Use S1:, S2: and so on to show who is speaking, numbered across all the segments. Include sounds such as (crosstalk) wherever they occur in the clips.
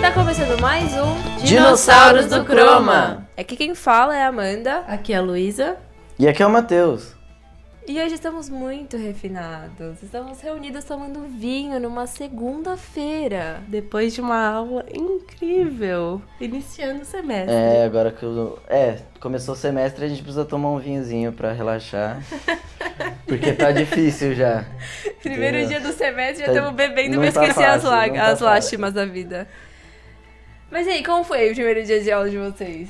S1: Tá
S2: Dinossauros do Croma!
S1: um Aqui quem fala é a Amanda
S2: Aqui é a Luísa.
S3: E aqui é o Matheus.
S1: e hoje estamos muito refinados. Estamos reunidos tomando vinho numa segunda-feira.
S2: Depois de uma aula incrível, iniciando o semestre.
S3: É, agora que eu. É, começou o semestre, a gente precisa tomar um vinhozinho pra relaxar. Porque tá difícil já.
S1: (laughs) Primeiro
S3: Entendeu?
S1: dia do semestre, já
S3: é. Tá-
S1: estamos bebendo
S3: não
S1: pra
S3: tá
S1: esquecer as,
S3: fácil,
S1: lá-
S3: não tá
S1: as
S3: fácil.
S1: lástimas da vida. Mas e aí, como foi o primeiro dia de aula de vocês?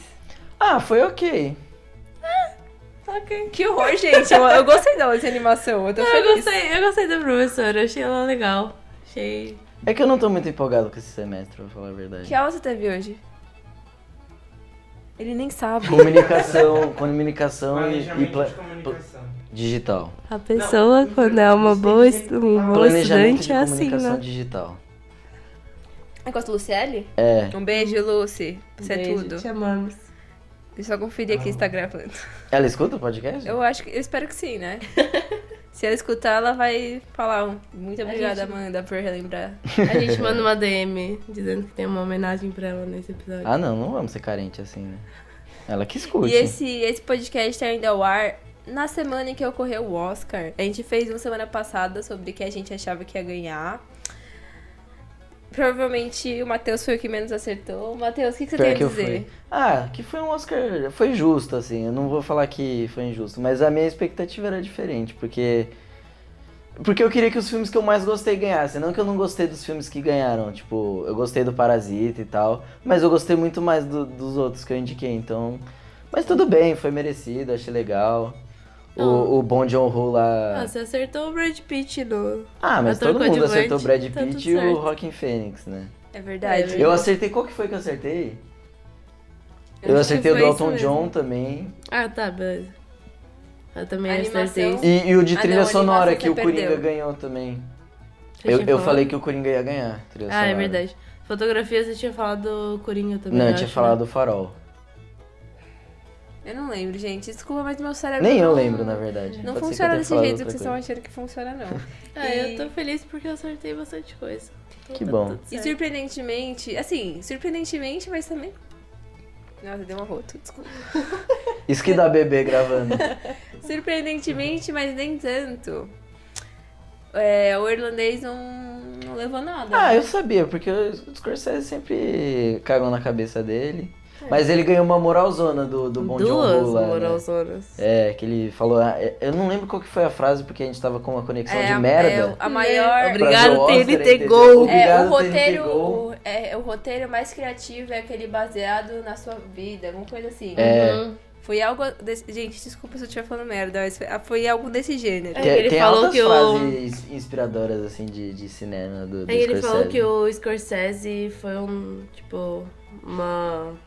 S3: Ah, foi ok.
S1: Ok. Que horror, gente. Eu, eu gostei dela, dessa animação. Eu tô
S2: eu,
S1: feliz.
S2: gostei, eu gostei da professora, achei ela legal. Achei.
S3: É que eu não tô muito empolgado com esse semestre, pra falar a verdade.
S1: Que aula você teve hoje? Ele nem sabe.
S3: Comunicação, comunicação e, e pla-
S4: de comunicação.
S3: digital.
S2: A pessoa,
S4: Não,
S2: quando é uma
S4: você
S2: boa,
S4: tem
S2: estu-
S4: que
S2: um bom
S3: Planejamento
S2: estudante,
S3: de
S2: é assim,
S3: comunicação
S2: né?
S3: digital.
S1: É com a Luciele?
S3: É,
S1: Um beijo, Lucy. Você é
S2: Beijo, Ah.
S1: tudo.
S2: Te amamos.
S1: Deixa eu só conferir aqui o Instagram.
S3: ela escuta o podcast?
S1: Eu acho que. Eu espero que sim, (laughs) né? Se ela escutar, ela vai falar um. Muito obrigada,
S2: gente-
S1: Amanda, por relembrar.
S2: A gente manda uma DM dizendo que tem uma homenagem pra ela nesse episódio.
S3: Ah, não, não vamos ser carente assim, né? Ela que
S1: E
S3: escute.
S1: esse, esse podcast tá ainda ao ar na semana em que ocorreu o Oscar. A gente fez uma semana passada sobre o que a gente achava que ia ganhar. Provavelmente o Matheus foi o que menos acertou. Matheus, o que, que você tem a
S3: que eu
S1: dizer?
S3: fui. Ah, que foi um Oscar. Foi justo, assim. Eu não vou falar que foi injusto, mas a minha expectativa era diferente, porque. Porque eu queria que os filmes que eu mais gostei ganhassem. Não que eu não gostei dos filmes que ganharam. Tipo, eu gostei do Parasita e tal. Mas eu gostei muito mais do- dos outros que eu indiquei, então. Mas tudo bem, foi merecido, achei legal. O, o Bon John Ho lá.
S2: Ah, você acertou o Brad Pitt no.
S3: ah, mas
S2: ator
S3: todo mundo
S2: coadjuvante,
S3: acertou o Brad
S2: tá tudo
S3: Pitt e o
S2: certo.
S3: Rockin' Phoenix, né?
S1: É verdade.
S2: É
S3: Eu acertei. Qual que foi que eu acertei?
S2: Eu
S3: Eu
S2: acho que
S3: acertei o
S2: foi
S3: do
S2: isso
S3: Elton
S2: mesmo.
S3: John também.
S2: Ah, tá, beleza. Eu também é
S1: Animação.
S2: acertei.
S3: E, e o de
S1: Ah,
S3: trilha
S1: não,
S3: sonora
S1: animação
S3: que o
S1: você
S3: Coringa
S1: perdeu.
S3: ganhou também.
S2: Você
S3: Eu,
S2: tinha
S3: eu
S2: falado?
S3: falei que o Coringa ia ganhar. Trilha
S2: Ah,
S3: sonora.
S2: é verdade. Fotografia você tinha falado do Coringa também.
S3: Não, eu
S2: eu
S3: tinha
S2: acho,
S3: falado do
S2: né?
S3: Farol.
S1: Eu não lembro, gente. Desculpa, mas meu cérebro.
S3: Nem eu
S1: não-
S3: lembro, na verdade.
S1: Não
S3: Pode ser que eu
S1: funciona
S3: tenha
S1: desse
S3: falado
S1: jeito que
S3: outra
S1: vocês estão
S3: coisa.
S1: achando que funciona, não.
S3: (laughs)
S2: Ah,
S1: E-
S2: eu tô feliz porque eu acertei bastante coisa. Então
S3: Que
S2: tá
S3: bom.
S2: tudo
S1: E
S2: certo.
S1: surpreendentemente, assim, surpreendentemente, mas também. Nossa, deu um arroto, desculpa.
S3: Isso que
S2: (laughs)
S3: dá bebê gravando.
S1: Surpreendentemente, mas nem tanto. É, o irlandês não, não levou nada.
S3: ah, eu sabia, porque o Scorsese sempre cagam na cabeça dele. Mas ele ganhou uma moralzona do, do Bon John
S2: É. Duas
S3: Ho lá, né?
S2: moralzonas.
S3: É, que ele falou... ah, é- Eu não lembro qual que foi a frase, porque a gente tava com uma conexão
S1: é,
S3: de
S1: a-
S3: merda.
S1: é, a maior.
S3: Pra ver
S2: Obrigado,
S3: o Oscar,
S2: TNT
S3: entendeu?
S2: Gol.
S1: É, o
S3: Obrigado, TNT
S1: roteiro,
S3: Gol.
S1: o- é, o roteiro mais criativo é aquele baseado na sua vida, alguma coisa assim.
S3: É.
S2: Uhum.
S1: Foi algo desse. Gente, desculpa se eu estiver falando merda, mas foi, ah, foi algo desse gênero.
S2: É,
S3: Tem,
S2: ele
S3: tem
S2: falou
S3: altas
S2: que o-
S3: frases inspiradoras, assim, de, de cinema do, do
S2: Aí ele
S3: Scorsese.
S2: falou que o Scorsese foi um, tipo, uma...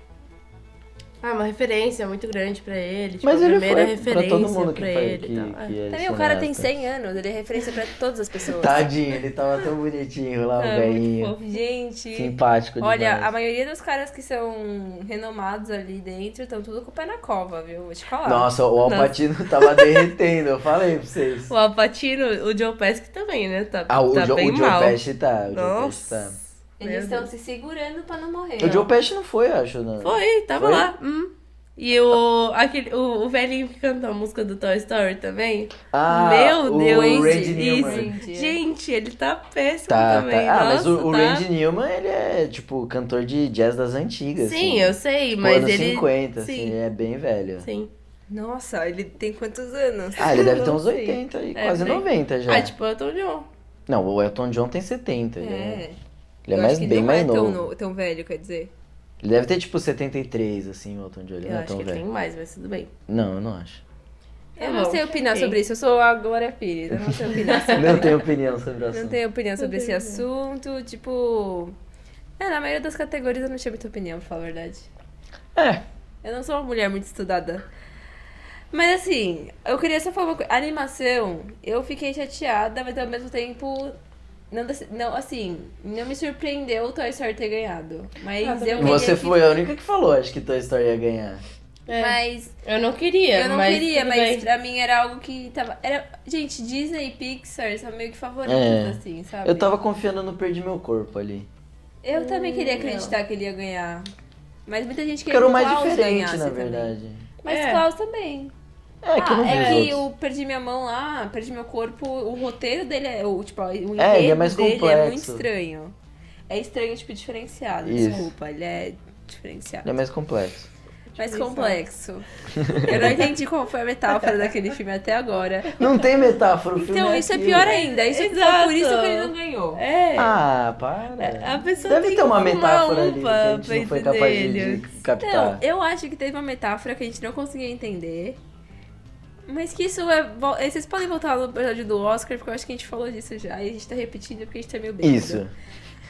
S2: Ah, uma referência muito grande pra ele. Tipo,
S3: Mas
S2: a
S3: ele
S2: primeira
S3: foi
S2: referência
S3: pra todo mundo que,
S2: pra
S3: foi,
S2: ele
S3: que,
S2: e tal. É.
S3: que é
S1: Também o cara tem 100
S3: cineasta.
S1: anos, ele é referência pra todas as pessoas.
S3: (laughs) Tadinho, ele tava tão bonitinho lá,
S1: (laughs) É,
S3: o
S1: muito
S3: Tá, velhinho.
S1: fofo. Gente,
S3: Simpático
S1: olha, a
S3: demais.
S1: maioria dos caras que são renomados ali dentro estão tudo com o pé na cova, viu? Vou te falar.
S3: Nossa, o
S2: Nossa.
S3: Alpatino tava derretendo, eu falei pra
S2: (laughs)
S3: vocês.
S2: O Alpatino, o Joe Pesci também, né? Tá,
S3: Ah, o,
S2: tá
S3: Joe,
S2: bem
S3: o Joe
S2: mal.
S3: Pesci tá, o Joe Pesci tá.
S2: Nossa.
S1: Eles
S2: Meu
S1: estão se segurando pra não morrer.
S3: O Joe Pesci não foi, eu acho, não.
S2: Foi, tava
S3: Foi?
S2: lá. hum. E o, aquele, o, o velhinho que cantou a música do Toy Story também.
S3: Ah,
S2: Meu
S3: o
S2: Deus,
S3: Randy
S1: isso.
S3: Newman.
S1: Entendi.
S2: Gente, ele tá péssimo
S3: Tá,
S2: também.
S3: tá. Ah, mas o,
S2: Nossa,
S3: o
S2: tá...
S3: Randy Newman, ele é, tipo, cantor de jazz das antigas, assim.
S2: Sim, eu sei,
S3: Tipo,
S2: mas
S3: anos
S2: ele...
S3: 50, assim,
S2: Sim.
S3: ele é bem velho.
S2: Sim.
S1: Nossa, ele tem quantos anos?
S3: Ah, ele deve ter
S1: (laughs)
S3: uns
S1: Não sei.
S3: 80 e
S2: É,
S3: quase
S2: por aí.
S3: 90 já.
S2: Ah, tipo, eu tô de um.
S3: Não, o Elton John tem 70, ele é-
S1: É.
S3: Ele é
S1: eu
S3: mais,
S1: acho que
S3: bem
S1: não
S3: mais
S1: é Tão,
S3: novo.
S1: no- tão velho, quer dizer.
S3: Ele deve ter tipo 73, assim, o Elton John. Ele
S2: Eu
S3: não é
S2: acho
S3: tão
S2: que ele
S3: velho.
S2: tem mais, mas tudo bem.
S3: Não, eu não acho.
S2: Tá
S1: eu não
S2: bom,
S1: sei opinar
S2: ok.
S1: sobre isso, eu sou a Glória Pires. Eu não sei
S3: (laughs)
S1: opinar sobre
S3: não tenho opinião sobre o assunto.
S1: Não tenho opinião sobre esse
S2: tenho
S1: assunto. Tipo. É, na maioria das categorias eu não tinha muita opinião, pra falar a verdade.
S3: É.
S1: Eu não sou uma mulher muito estudada. Mas assim, eu queria só falar uma coisa. Animação, eu fiquei chateada, mas ao mesmo tempo. Não, desse- não, assim, não me surpreendeu o Toy Story ter ganhado. Mas eu queria
S3: Ah, Você
S1: que-
S3: foi a única que falou, acho que Toy Story ia ganhar.
S2: É,
S1: Mas
S2: eu não queria,
S1: eu não
S2: É, mas
S1: queria,
S2: tudo
S1: mas
S2: bem.
S1: pra mim era algo que tava. Era... Gente, Disney e Pixar são meio que favoritos,
S3: É.
S1: assim, sabe?
S3: Eu tava confiando no Perdi Meu Corpo ali.
S1: Eu também queria
S2: não.
S1: acreditar que ele ia ganhar. Mas muita gente queria
S3: Ficaram
S1: que o
S3: mais
S1: Klaus
S3: diferente,
S1: ganhasse
S3: na
S1: também.
S3: verdade.
S1: Mas
S2: É.
S1: Klaus também.
S3: É, que eu
S1: ah,
S3: não vi os
S1: é que
S3: outros.
S1: eu perdi minha mão lá, perdi meu corpo. O roteiro dele é. O, tipo, o enredo
S3: É, ele é mais
S1: dele é muito
S3: complexo.
S1: estranho. É estranho, tipo, diferenciado.
S3: Isso.
S1: Desculpa, ele é
S3: Ele é
S1: diferenciado.
S3: mais complexo.
S1: Mas
S2: Diferenciado.
S1: complexo. Eu não entendi qual foi a metáfora daquele filme até agora.
S3: Não tem metáfora, o filme
S1: Então, isso é
S3: aquilo.
S1: pior ainda. Isso foi
S2: Exato.
S1: por isso que ele não ganhou.
S2: É.
S3: Ah, para.
S2: A pessoa
S3: Deve
S2: tem
S3: ter uma
S2: que fumar
S3: metáfora ali que
S2: uva
S3: a gente
S2: pra
S3: não foi capaz de-
S2: entender
S3: de,
S2: eles.
S3: captar.
S1: Então, eu acho que teve uma metáfora que a gente não conseguiu entender. Mas que isso é. vo- eh, Vocês podem voltar no episódio do Oscar, porque eu acho que a gente falou disso já. E a gente tá repetindo porque a gente tá meio bêbado.
S3: Isso.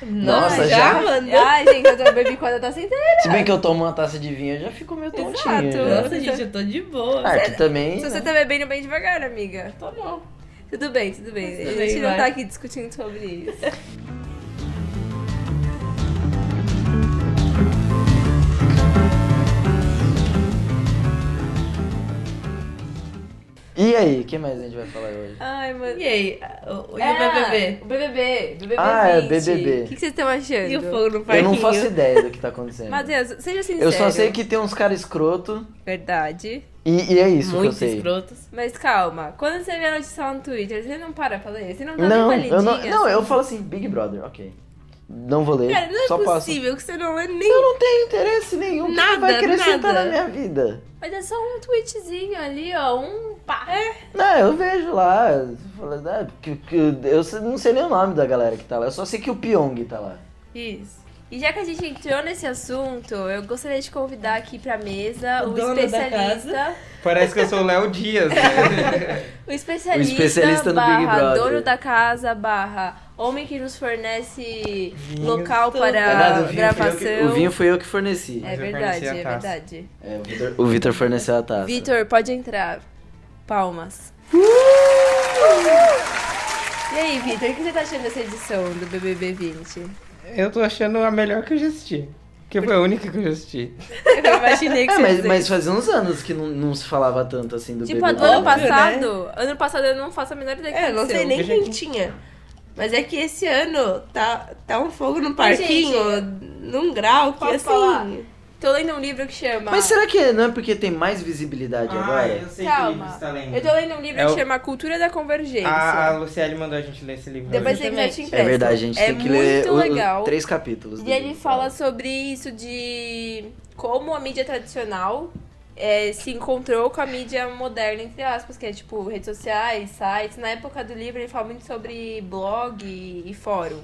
S2: Nossa,
S3: Nossa,
S2: já,
S3: já?
S2: mano?
S1: Ai, gente, eu tô bebi quando eu tô sem
S3: Se bem que eu tomo uma taça de vinho, eu já fico meio
S1: Exato.
S3: tontinho. já.
S2: Nossa, gente, eu tô de boa.
S3: Ah, tu também.
S1: Se
S3: né?
S1: você tá bebendo bem devagar, amiga.
S2: Tá
S3: Ah.
S2: bom.
S1: Tudo bem, tudo bem.
S2: Tudo
S1: a gente
S2: bem,
S1: não
S2: vai.
S1: tá aqui discutindo sobre isso.
S3: E aí, o que mais a gente vai falar hoje?
S1: Ai, mano.
S2: E aí? o- E
S1: Ah,
S2: o BBB?
S1: O BBB. BBB
S3: Ah, é,
S1: 20.
S3: BBB.
S1: O que que vocês estão achando?
S2: E o fogo no
S3: Eu
S2: parquinho?
S3: não faço ideia do que tá acontecendo.
S1: Matheus, seja sincero.
S3: eu só sei que tem uns caras escroto
S1: Verdade.
S3: e, e é isso
S2: Muito
S3: que eu sei.
S2: escrotos.
S1: Mas calma, quando você vê a notícia lá no Twitter, você não para pra ler? Você não dá
S3: Não,
S1: nenhuma lidinha?
S3: eu não, não,
S1: assim?
S3: eu falo assim, Big Brother, ok. Não vou ler,
S1: Cara, não é
S3: só passo.
S1: possível que você não lê nem...
S3: Eu não tenho interesse nenhum, que
S2: Nada,
S3: vai acrescentar
S2: nada.
S3: na minha vida.
S1: Mas é só um tweetzinho ali, ó, um pá.
S2: É.
S3: Não, eu vejo lá, eu falo, ah, que- que- eu sei- não sei nem o nome da galera que tá lá, eu só sei que o Pyong tá lá.
S2: Isso.
S1: E já que a gente entrou nesse assunto, eu gostaria de convidar aqui pra mesa
S2: O
S1: o,
S2: dono da
S1: especialista...
S4: Parece que eu sou o Léo Dias, né?
S1: O especialista,
S3: O especialista do
S1: barra,
S3: Big Brother.
S1: dono da casa, barra, homem que nos fornece
S4: Vinhos.
S1: local
S2: Tudo.
S1: para
S3: É nada, o vinho
S1: Ah, gravação.
S4: fui eu
S3: O vinho fui eu que forneci.
S1: É
S4: Mas eu
S1: verdade,
S4: forneci a
S1: é
S4: taça.
S1: verdade.
S3: É, o Vitor- o Vitor forneceu a taça.
S1: Vitor, pode entrar. Palmas. E aí, Vitor, o que você tá achando dessa edição do BBB 20?
S4: (laughs) Eu tô achando a melhor que eu já assisti. Que foi a única que eu já assisti.
S1: Eu imaginei que
S3: É,
S1: você ia
S3: mas,
S1: dizer
S3: mas
S1: isso.
S3: fazia uns anos que não, não se falava tanto assim do
S1: Tipo, a do
S3: BBB.
S1: ano
S2: Óbvio,
S1: passado, ano passado eu não faço a menor ideia que
S2: É, eu não sei
S1: aconteceu.
S2: nem
S4: Veja
S2: quem
S4: aqui.
S2: tinha. Mas é que esse ano tá, tá um fogo no
S1: Mas,
S2: parquinho, num grau que
S1: posso
S2: assim.
S1: falar? Tô lendo um livro que chama...
S3: Mas será que não é porque tem mais visibilidade
S1: Ah,
S3: agora?
S4: sei
S1: Calma, eu tô lendo um livro
S4: É
S1: que
S4: o- Ah,
S1: chama Cultura da Convergência.
S4: A, a Luciane mandou a gente ler esse livro.
S1: Depois
S4: hoje.
S1: você quiser te
S2: Exatamente.
S3: É
S1: empresta.
S3: verdade, a gente
S1: É
S3: tem que
S1: muito
S3: ler o-
S1: legal.
S3: os tá? três capítulos. do
S1: E ele
S3: livro.
S1: fala sobre isso de como a mídia tradicional eh, se encontrou com a mídia moderna, entre aspas, que é tipo redes sociais, sites. Na época do livro ele fala muito sobre blog e, e fórum.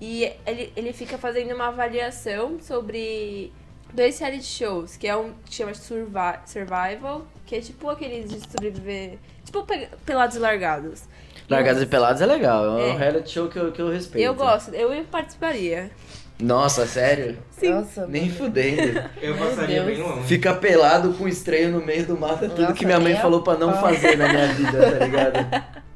S1: E ele, ele fica fazendo uma avaliação sobre dois reality shows, que é um que chama Survi- Survival, que é tipo aqueles de sobreviver. Tipo pe- pelados e largados.
S3: Largados e Pelados é legal, é
S1: É.
S3: um reality show que eu, que eu respeito.
S1: Eu gosto, eu participaria.
S3: Nossa, sério?
S2: Nossa,
S3: Nem fudendo.
S4: Eu
S2: Meu
S4: passaria
S2: Deus.
S4: bem longe.
S3: Fica pelado com estranho no meio do mato, é tudo
S2: Nossa,
S3: que minha mãe
S2: é
S3: falou pra não
S2: foda.
S3: fazer na minha vida, tá ligado?
S2: (laughs)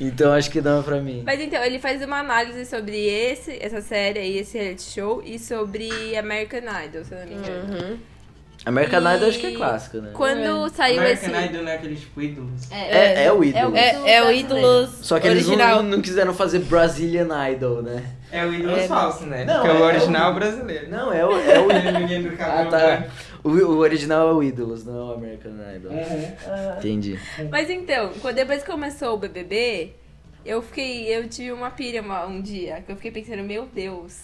S3: Então acho que dá pra mim.
S1: Mas então, ele faz uma análise sobre esse, essa série aí, esse reality show, e sobre American Idol, se eu não me engano.
S2: Uhum.
S3: American
S1: E-
S3: Idol acho que é clássico, né?
S1: Quando
S2: É.
S1: saiu
S4: American
S1: esse.
S4: Idol não é aquele tipo ídolos.
S3: É, é o ídolo.
S1: É,
S2: É, é o
S1: brasileiro.
S2: ídolos
S3: Só que eles
S2: original.
S3: não, não quiseram fazer Brazilian Idol, né?
S4: É o ídolos
S2: É.
S4: falso, né?
S3: Não,
S4: Porque é
S3: é
S4: o original
S3: o-
S4: brasileiro.
S3: Não, é o, é o
S4: Aquele menino
S3: (laughs)
S4: do
S3: Ah,
S4: cabelo
S3: tá.
S4: branco.
S3: O, o original é o Ídolos, não é o American Idol.
S4: Uhum.
S3: Entendi.
S1: Mas então, quando, depois que começou o BBB, eu fiquei. Eu tive uma pilha uma- um dia, que eu fiquei pensando, meu Deus,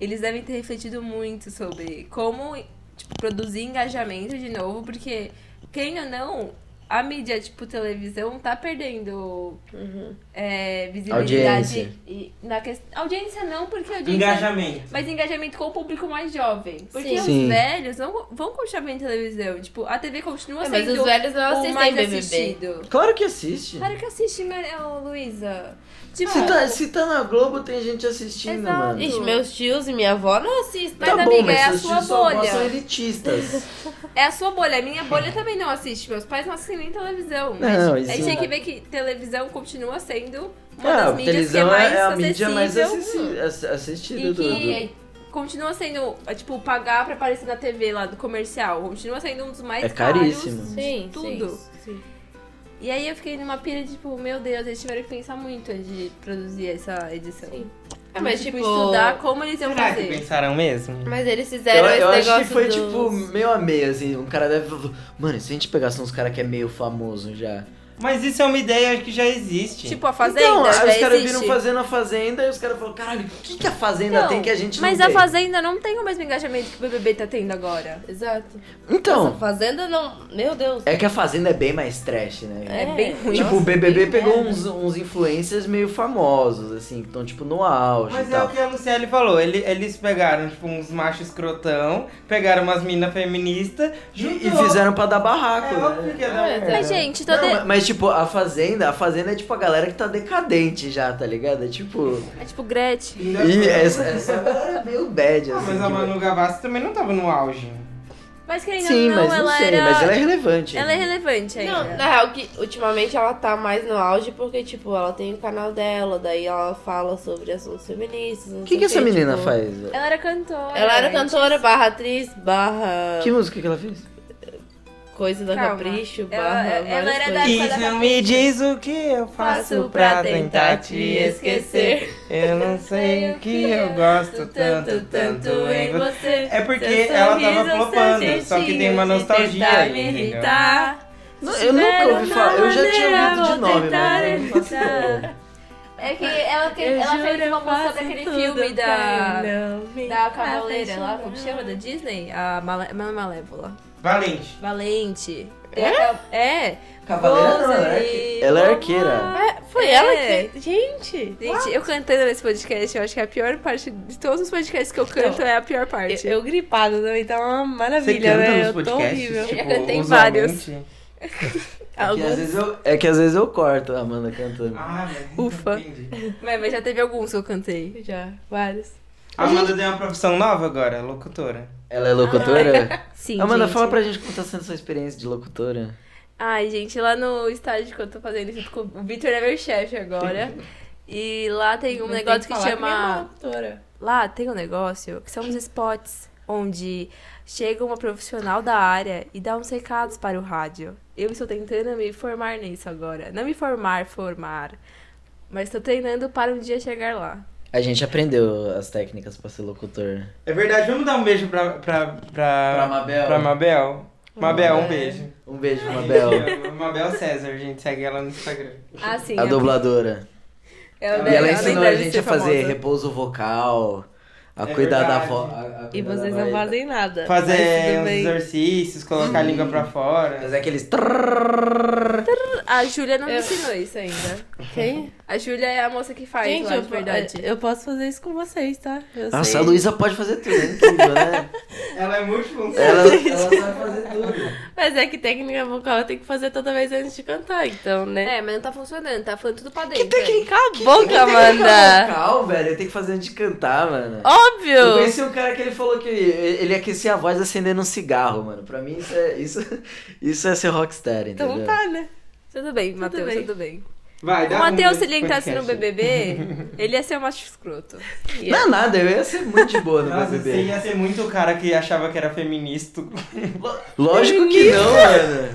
S1: eles devem ter refletido muito sobre como tipo, produzir engajamento de novo, porque, quem ou não, a mídia, tipo, televisão, tá perdendo
S2: Uhum.
S1: é, visibilidade.
S3: Audiência.
S1: E, na quest... Audiência não, porque audiência.
S4: Engajamento.
S1: Mas engajamento com o público mais jovem. Porque
S2: Sim.
S1: os
S3: Sim.
S1: velhos não vão continuar vendo televisão. Tipo, a TV continua
S2: É,
S1: sendo
S2: mas os velhos não
S1: o
S2: assistem
S1: mais
S2: BBB.
S1: assistido.
S3: Claro que assiste.
S1: Claro que assiste, Maria ô, Luísa. Tipo,
S3: Se tá, se tá na Globo, tem gente assistindo,
S1: Exato.
S3: mano.
S2: Gente, meus tios e minha avó não né? assistem.
S1: Mas,
S3: tá
S1: amiga,
S3: bom, mas
S1: é a
S3: seus
S1: sua
S3: tios sua avó
S1: bolha.
S3: são elitistas.
S1: é a sua bolha. A minha bolha também não assiste. Meus pais não assistem nem televisão.
S3: Não,
S1: a gente,
S3: isso
S1: a gente tem
S3: não. é.
S1: que ver que televisão continua sendo uma
S3: Ah,
S1: das
S3: a
S1: mídias que é
S3: televisão
S1: mais
S3: é, é a mídia mais
S1: acessível.
S3: assisti- ass- assistida
S1: E
S3: do. do-
S1: que continua sendo, tipo, pagar pra aparecer na TV lá do comercial. Continua sendo um dos mais
S3: É
S1: caros.
S3: caríssimo.
S2: Sim,
S1: Tudo.
S2: Sim, sim.
S1: E aí eu fiquei numa pilha, tipo, meu Deus, eles tiveram que pensar muito antes de produzir essa edição.
S2: Sim. É,
S1: mas, tipo, estudar como eles iam
S4: Será que
S1: fazer.
S4: pensaram mesmo?
S2: Mas eles fizeram
S3: Eu,
S2: esse
S3: eu
S2: negócio
S3: acho que foi
S2: dos-
S3: tipo meio a meio, assim. Um cara deve. Mano, e se a gente pegasse uns caras que é meio famoso já.
S4: Mas isso é uma ideia que já existe.
S1: Tipo, a fazenda
S3: então,
S1: já
S3: aí os caras
S1: existe.
S3: viram fazendo a fazenda e os caras falaram, caralho, o que, que a fazenda
S1: Então,
S3: tem que a gente
S1: Mas
S3: não
S1: a
S3: tem?
S1: fazenda não tem o mesmo engajamento que o BBB tá tendo agora.
S2: Exato.
S3: Então,
S2: Nossa, Fazenda não... Meu Deus.
S3: é que a fazenda é bem mais trash, né?
S1: É bem ruim.
S3: Tipo, o
S2: nossa,
S3: BBB
S2: bem
S3: pegou
S2: merda.
S3: uns, uns influencers meio famosos, assim, que estão, tipo, no auge
S4: Mas
S3: e
S4: é
S3: tal.
S4: o que a Luciele falou. Ele, eles pegaram, tipo, uns machos escrotão, pegaram umas minas feministas,
S3: E,
S4: juntou.
S3: e fizeram pra dar barraco,
S4: É
S3: né?
S4: óbvio que ia dar
S2: É,
S4: merda.
S1: Mas, gente, é, tô
S3: Não,
S1: de-
S3: mas, mas, tipo, a Fazenda, a Fazenda é tipo a galera que tá decadente já, tá ligado? É tipo.
S1: É tipo Gretchen.
S4: Ainda
S3: E
S4: bem.
S3: essa, essa galera é meio bad,
S4: Ah,
S3: assim.
S4: então, Mas a
S3: que-
S4: Manu Gavassi também não tava no auge.
S1: Mas querendo
S3: Sim,
S1: ou não,
S3: mas não
S1: ela
S3: sei,
S1: era.
S3: mas ela é relevante.
S1: Ela é relevante ainda.
S2: Não, na real, que ultimamente ela tá mais no auge porque, tipo, ela tem o canal dela, daí ela fala sobre assuntos feministas. não
S3: O que,
S2: sei
S3: que essa
S2: quê,
S3: menina
S2: tipo,
S3: faz?
S1: Ela era cantora. né?
S2: Ela era
S1: antes.
S2: cantora, barra atriz, barra
S3: Que música que ela fez?
S2: coisa da
S1: Calma.
S2: Capricho,
S1: Ela-
S2: barra.
S1: ela
S2: várias
S1: era
S2: coisas.
S1: da- Isso não me
S4: diz o que eu
S1: faço pra tentar te esquecer.
S4: Eu não sei o que eu gosto tanto, tanto em você. É porque ela tava flopando, só que tem uma nostalgia aí, entendeu?
S3: Não, eu nunca ouvi falar, eu já tinha ouvido de nome, mas eu não faço ideia.
S1: É que ela, que, ela fez uma música daquele filme da. Da Cavaleira lá, como chama? Da Disney? A Male... não é Malévola.
S4: Valente.
S1: Valente. Tem aquela- É?
S3: Cavaleira não, ela é
S1: Rose.
S3: arque- ela é arqueira.
S2: É, foi
S1: É.
S2: ela que. Gente!
S1: Gente, eu cantando nesse podcast, eu acho que a pior parte de todos os podcasts que eu canto
S2: Então,
S1: é a pior parte.
S2: Eu, eu gripada também, tá uma
S4: Você
S2: maravilha,
S4: canta
S2: né?
S4: nos
S2: Eu tô horrível.
S4: podcasts? Tipo, (laughs)
S1: Eu cantei
S4: usualmente?
S3: É que, às vezes eu, é que às vezes eu corto a Amanda cantando.
S4: Ah, mas-
S1: Ufa.
S4: entendi.
S1: Mas, mas já teve alguns que eu cantei.
S2: Já, vários.
S1: Um
S4: A Amanda tem uma profissão nova agora, locutora.
S3: Ela é locutora?
S1: Sim,
S3: Amanda,
S1: gente.
S3: fala pra gente como tá sendo sua experiência de locutora.
S1: Ai, gente, lá no estádio que eu tô fazendo junto com o Victor é meu chefe agora. E lá tem um
S2: Mas
S1: negócio
S2: tem
S1: que,
S2: falar é uma
S1: chama.
S2: autora.
S1: Lá tem um negócio que são os spots onde chega uma profissional da área e dá uns recados para o rádio. Eu estou tentando me formar nisso agora. Não me formar, formar. Mas estou treinando para um dia chegar lá.
S3: A gente aprendeu as técnicas pra ser locutor.
S4: É verdade, vamos dar um beijo pra. Pra, pra,
S3: Pra Mabel.
S4: Pra Mabel. Mabel, um
S2: É.
S4: beijo.
S3: Um beijo, Mabel.
S4: (laughs) Mabel César, gente, segue ela no Instagram.
S1: Ah, sim.
S3: A dubladora.
S4: Ela-
S3: E ela
S4: ela
S3: ensinou
S1: nem
S3: a
S1: deve
S3: gente
S1: ser
S3: a fazer
S1: famosa.
S3: repouso vocal, a
S4: É
S3: cuidar da
S4: verdade.
S3: voz. a- a
S2: E
S3: cuidar
S2: vocês
S3: da
S2: não
S3: voz.
S2: fazem
S4: tá
S2: nada. mas
S4: Fazer
S2: tudo
S4: uns
S2: bem.
S4: exercícios, colocar a língua pra fora.
S3: Mas é aqueles. trrrrrrrr.
S1: A Júlia não me
S2: Eu-
S1: ensinou isso ainda.
S2: Quem?
S1: A Júlia é a moça que faz
S2: Gente,
S1: lá,
S2: eu, é,
S1: de verdade.
S2: eu posso fazer isso com vocês, tá? Eu sei.
S3: Nossa, a Luísa pode fazer tudo, é incrível, né?
S4: Ela é multifuncional.
S3: Ela, ela sabe fazer tudo.
S2: Mas é que técnica vocal eu tenho que fazer toda vez antes de cantar, então, né?
S1: É, mas não tá funcionando, tá falando tudo pra dentro.
S2: é
S1: né?
S2: Cala a boca, Amanda!
S3: Vocal, velho, eu tenho que fazer antes de cantar, mano. Eu
S2: Óbvio!
S3: conheci um cara que ele falou que ele aquecia a voz acendendo um cigarro, mano. Pra mim isso é, isso, isso é ser rockstar, entendeu?
S2: Então tá, né?
S1: Tudo bem, Matheus,
S2: bem.
S1: tudo bem.
S4: Vai,
S1: O
S4: dá
S1: Matheus,
S4: um
S1: se ele entrasse no
S4: podcast.
S1: BBB, ele ia ser um macho escroto.
S3: Não é nada, eu ia ser muito de boa no
S4: Nossa, você
S3: BBB.
S4: ia ser muito o cara que achava que era feminista. (laughs)
S3: Lógico que não, mano.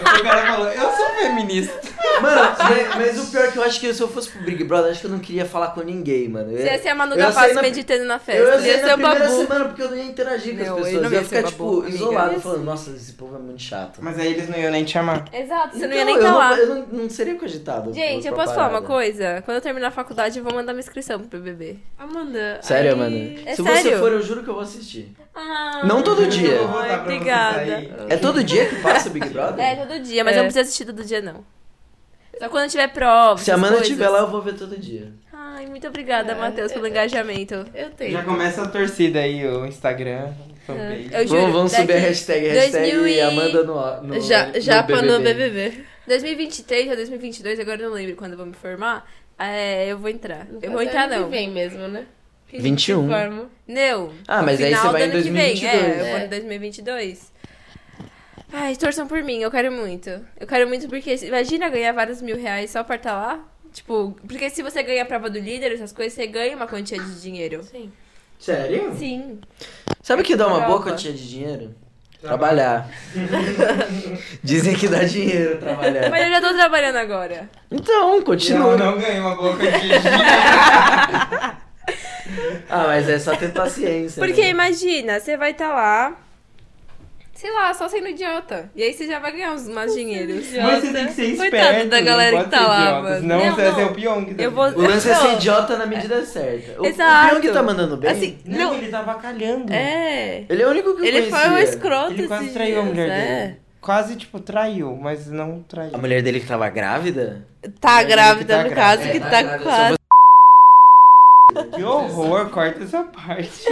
S4: o cara falou, eu sou feminista.
S3: Mano, mas, mas o pior é que eu acho que se eu fosse pro Big Brother, acho que eu não queria falar com ninguém, mano. Eu,
S1: Você ia ser a Manu
S3: eu ia
S1: Gavassi
S3: sair na-
S1: meditando na
S3: eu
S1: festa.
S3: ia
S1: Ele ia
S3: sair na
S1: ser o
S3: primeira
S1: babu.
S3: semana porque eu não ia interagir
S1: Não,
S3: com as
S1: eu
S3: pessoas.
S1: não
S3: Eu
S1: ia
S3: ia ficar,
S1: ser
S3: tipo,
S1: babu, amiga.
S3: isolado,
S1: Ia
S3: falando, nossa, esse povo é muito chato.
S4: Mas aí eles não iam nem te chamar.
S1: Exato, você não ia
S3: Então,
S1: nem
S3: eu
S1: tá lá.
S3: Eu não, não seria cogitado.
S1: Gente,
S3: pra-
S1: eu
S3: pra
S1: posso falar
S3: parada.
S1: uma coisa? Quando eu terminar a faculdade, eu vou mandar uma inscrição pro BBB.
S2: Amanda.
S3: Sério,
S2: aí-
S3: Amanda?
S1: É
S3: se você
S1: sério?
S3: for, eu juro que eu vou assistir.
S1: Ah,
S3: Não todo dia.
S4: Eu vou voltar pra vocês
S1: obrigada.
S4: aí.
S3: É todo dia que passa o (laughs) Big Brother?
S1: É, todo dia, mas eu
S2: É.
S1: não preciso assistir todo dia, não. Só quando tiver prova.
S3: Se
S1: essas
S3: a Amanda
S1: coisas.
S3: tiver lá, eu vou ver todo dia.
S1: Ai, muito obrigada,
S2: É,
S1: Matheus, pelo
S2: é, é.
S1: engajamento.
S2: Eu tenho.
S4: Já começa a torcida aí, o Instagram. Então, fanpage.
S1: Eu juro,
S3: Vamos, vamos subir a
S1: daqui-
S3: hashtag, hashtag
S1: 2000 e-
S3: Amanda no, no,
S2: Já,
S3: no
S2: Japa
S3: BBB.
S2: no BBB.
S1: 2023 ou 2022, agora eu não lembro quando eu vou me formar. É, eu vou entrar. eu vou entrar,
S2: Ano que
S1: não.
S2: vem mesmo, né?
S3: 21.
S2: Forma.
S1: Não.
S3: Ah, mas aí
S1: final
S3: você vai em
S1: do ano que vem,
S3: 2022.
S1: É, eu vou
S4: né?
S2: É.
S1: em 2022. Ai, torçam por mim, eu quero muito. Eu quero muito porque, se- imagina ganhar vários mil reais só pra estar lá. Tipo, porque se você ganha a prova do líder, essas coisas, você ganha uma quantia de dinheiro.
S2: Sim.
S3: Sério?
S1: Sim.
S3: Sabe o que dá uma boa
S1: Prova.
S3: quantia de dinheiro?
S4: (laughs)
S3: Trabalhar. Dizem que dá dinheiro trabalhar.
S1: Mas eu já tô trabalhando agora.
S3: Então, continua.
S4: Não, não ganhei uma
S1: (laughs)
S4: boa quantia.
S3: Ah, mas é só ter paciência.
S1: Porque
S3: né?
S1: imagina, você vai estar lá, sei lá, só sendo idiota. E aí você já vai ganhar uns mais dinheiros.
S4: Mas você tem que ser esperto.
S1: Coitado da galera
S4: não
S1: que
S4: pode
S1: tá
S4: ser
S1: lá,
S4: idiota,
S1: mano.
S4: Senão
S1: Não,
S4: você vai
S1: não.
S4: ser o peão que tá
S1: Eu vou-
S4: aqui.
S3: O lance é
S1: Não.
S3: ser idiota na medida certa. O,
S1: Exato.
S3: o peão que tá mandando bem.
S1: Assim,
S4: Não,
S1: não.
S4: ele tava calhando.
S1: É.
S3: ele é o único que eu
S1: Ele foi um
S3: conhecia.
S1: escroto
S4: Ele quase
S1: esses
S4: traiu a
S1: dias,
S4: mulher
S1: é.
S4: dele. Quase, tipo, traiu, mas não traiu.
S3: A mulher dele que tava grávida?
S1: Tá
S4: Ele que
S1: grávida,
S4: tá
S1: no
S4: grávida.
S1: caso,
S4: É,
S1: que
S3: tá
S1: tá
S3: grávida,
S1: quase.
S4: Que horror, corta essa parte.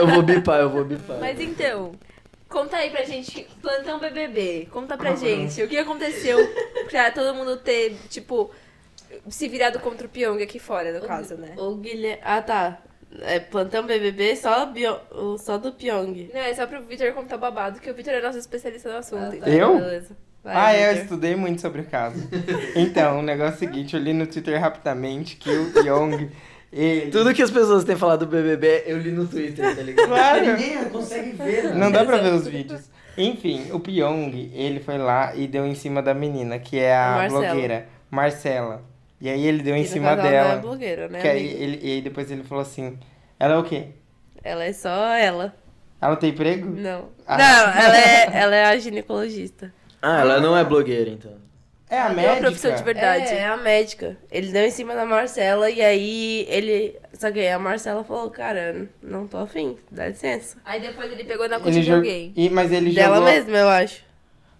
S3: Eu vou bipar, eu vou bipar.
S1: Mas então, conta aí pra gente, plantão BBB, conta pra gente o que aconteceu pra todo mundo ter, tipo, se virado contra o Pyong aqui fora, no caso, né?
S2: O Guilherme. Ah, tá. É plantão BBB só, bio... o- só do Pyong.
S1: Não, é só pro Vitor contar o babado, que o Vitor é nosso especialista no assunto.
S2: Ah,
S1: então.
S2: tá,
S4: Eu?
S2: Beleza. Vai,
S4: Ah, é, eu
S2: Vitor.
S4: estudei muito sobre o caso. Então, o negócio é o seguinte, eu li no Twitter rapidamente que o
S3: (laughs)
S4: Pyong, ele...
S3: Tudo que as pessoas têm falado do BBB, eu li no Twitter, tá ligado?
S4: Claro.
S3: Ninguém consegue ver. né?
S4: Não dá pra
S2: (laughs)
S4: ver os vídeos. Enfim, o Pyong, ele foi lá e deu em cima da menina, que é a
S2: Marcela.
S4: blogueira, Marcela. E aí ele deu em
S2: E no
S4: cima
S2: caso, Ela não é
S4: dela.
S2: blogueira, né?
S4: que aí
S2: amigo?
S4: ele, e aí depois ele falou assim, ela é o quê?
S2: Ela é só ela.
S4: Ela tem emprego?
S2: Não.
S4: Ah.
S2: Não, ela é, ela é a ginecologista.
S3: Ah, ela não é blogueira, então.
S4: É a
S1: É
S4: médica?
S1: uma profissão de verdade.
S2: É, é a médica. Ele deu em cima da Marcela e aí ele. Só que aí a Marcela falou: Cara, não tô afim, dá licença.
S1: Aí depois ele pegou na
S4: Ele
S1: conta de
S4: jo-
S1: alguém.
S4: E, mas ele
S2: Dela
S4: jogou...
S2: mesma, eu acho.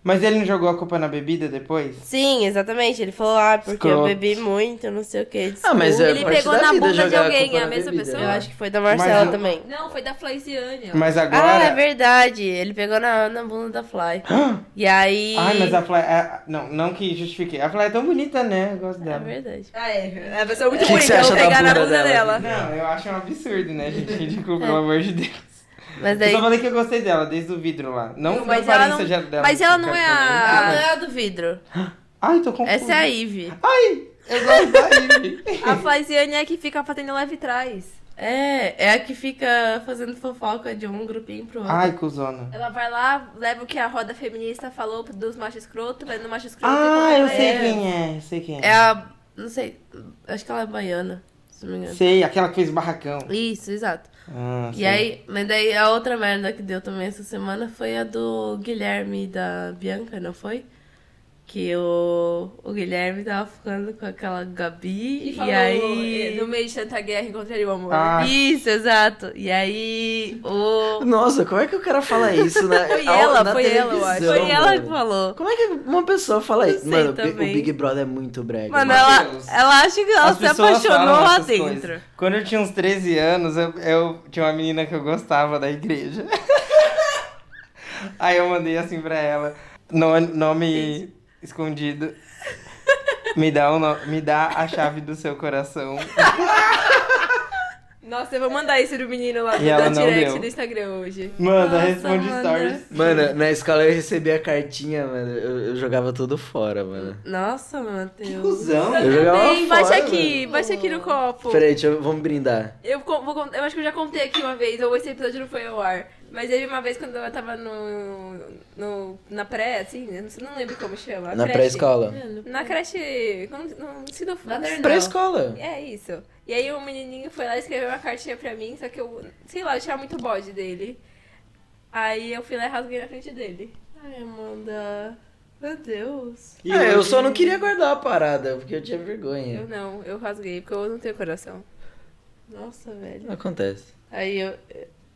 S4: Mas ele não jogou a culpa na bebida depois?
S2: Sim, exatamente. Ele falou: Ah, porque eu
S4: Escroto.
S2: bebi muito, não sei o que.
S3: Ah, mas é
S1: Ele
S3: parte
S1: pegou
S3: da
S1: na
S3: vida
S1: bunda de
S3: jogar a
S1: alguém,
S3: culpa
S1: é a
S3: na
S1: mesma
S3: bebida,
S1: pessoa?
S3: né?
S2: Eu acho que foi da
S4: Mas
S2: Marcela
S4: eu-
S2: também.
S1: Não, foi da Flaisiane. ó.
S4: Mas
S2: Ah, é
S4: agora...
S2: verdade. Ele pegou na, na bunda da Fly. e aí.
S4: Ai, mas a Fly... a- Não, não que justifique. A Fly é tão bonita, né? Eu gosto
S2: É
S4: dela.
S2: verdade.
S1: Ah, é. A pessoa é muito
S3: Que que
S1: bonita,
S3: você
S1: eu
S3: acha
S1: vou
S3: da
S1: pegar na
S3: bunda
S1: bunda dela.
S3: dela?
S4: Não, eu acho um absurdo, né,
S2: (laughs)
S4: gente? Ridículo, pelo
S2: É.
S4: amor de Deus.
S2: Mas
S4: Eu
S2: daí.
S4: só falei que eu gostei dela, desde o vidro lá. Não,
S1: Não,
S4: não
S1: mas
S4: parece
S1: ela não-
S4: a já- dela.
S1: mas ela não é a-
S2: Ah, não é a do vidro.
S4: Ai, tô confusa.
S2: Essa é a Ivy.
S4: Ai, eu gosto da Ivy.
S1: (laughs) (laughs) A Flaisiane é a que fica fazendo leve trás.
S2: É, é a que fica fazendo fofoca de um grupinho pro outro.
S4: Ai, cuzona.
S1: Ela vai lá, leva o que a roda feminista falou dos machos escroto, vai no macho escroto
S4: Ah,
S1: e condena
S4: eu sei
S1: ele.
S4: quem é, eu sei quem é.
S2: É a. Não sei. Acho que ela é baiana, se não me engano.
S4: Sei, aquela que fez o barracão.
S2: Isso, exato.
S4: Ah,
S2: E
S4: sei.
S2: aí, mas daí a outra merda que deu também essa semana foi a do Guilherme e da Bianca, não foi? Que o, o Guilherme tava ficando com aquela Gabi
S1: E,
S2: e,
S1: falou,
S2: aí.
S1: eh, no meio de tanta guerra encontrei o amor.
S4: Ah,
S2: Isso, exato. E aí o.
S3: Nossa, como é que o cara fala isso, né?
S1: Foi
S3: Ao-
S1: ela,
S3: na
S1: foi ela, eu
S3: televisão,
S1: acho.
S2: Foi ela que
S3: mano.
S2: falou.
S3: Como é que uma pessoa fala
S2: Não
S3: isso?
S2: sei
S3: Mano, o Bi- o
S2: também.
S3: Big Brother é muito brega. mano.
S2: Mano, ela,
S4: Deus.
S2: ela acha que ela
S4: as
S2: se
S4: pessoas
S2: apaixonou
S4: falam
S2: lá
S4: essas
S2: dentro.
S4: coisas. Quando eu tinha uns 13 anos, eu, eu tinha uma menina que eu gostava da
S2: (laughs)
S4: igreja. Aí eu mandei assim pra ela, no- nome escondido. Me dá, um no- me dá a chave do seu coração.
S1: Nossa, eu vou mandar isso do menino lá
S4: E
S1: do da
S4: ela não
S1: direct
S4: deu.
S1: do Instagram hoje.
S4: Manda,
S2: Nossa,
S4: responde
S2: mano.
S4: stories.
S3: Mano, na escola eu recebia a cartinha, mano. Eu, eu jogava tudo fora, mano.
S2: Nossa, Matheus.
S4: Cusão.
S3: Eu jogava
S1: Bem,
S3: fora.
S1: baixa aqui,
S2: mano.
S1: baixa aqui no copo.
S3: Peraí, deixa eu, vamos brindar.
S1: Eu, con- vou, con- eu acho que eu já contei aqui uma vez, ou esse episódio não foi ao ar. Mas teve uma vez quando eu tava no. no na pré, assim, eu não- não lembro como chama. a
S3: Na
S1: creche.
S3: pré-escola.
S1: Na creche. Como, no ensino fundamental.
S3: Pré-escola.
S1: É isso. E aí um menininho foi lá e escreveu uma cartinha pra mim, só que eu, sei lá, eu tinha muito bode dele. Aí eu fui lá e rasguei na frente dele.
S2: Ai, Amanda. Meu Deus.
S4: E
S3: É, eu
S4: hoje-
S3: só não queria guardar a parada, porque eu tinha
S1: Eu
S3: vergonha.
S1: não, eu rasguei, porque eu não tenho coração.
S2: Nossa, velho.
S3: Acontece.
S2: Aí eu.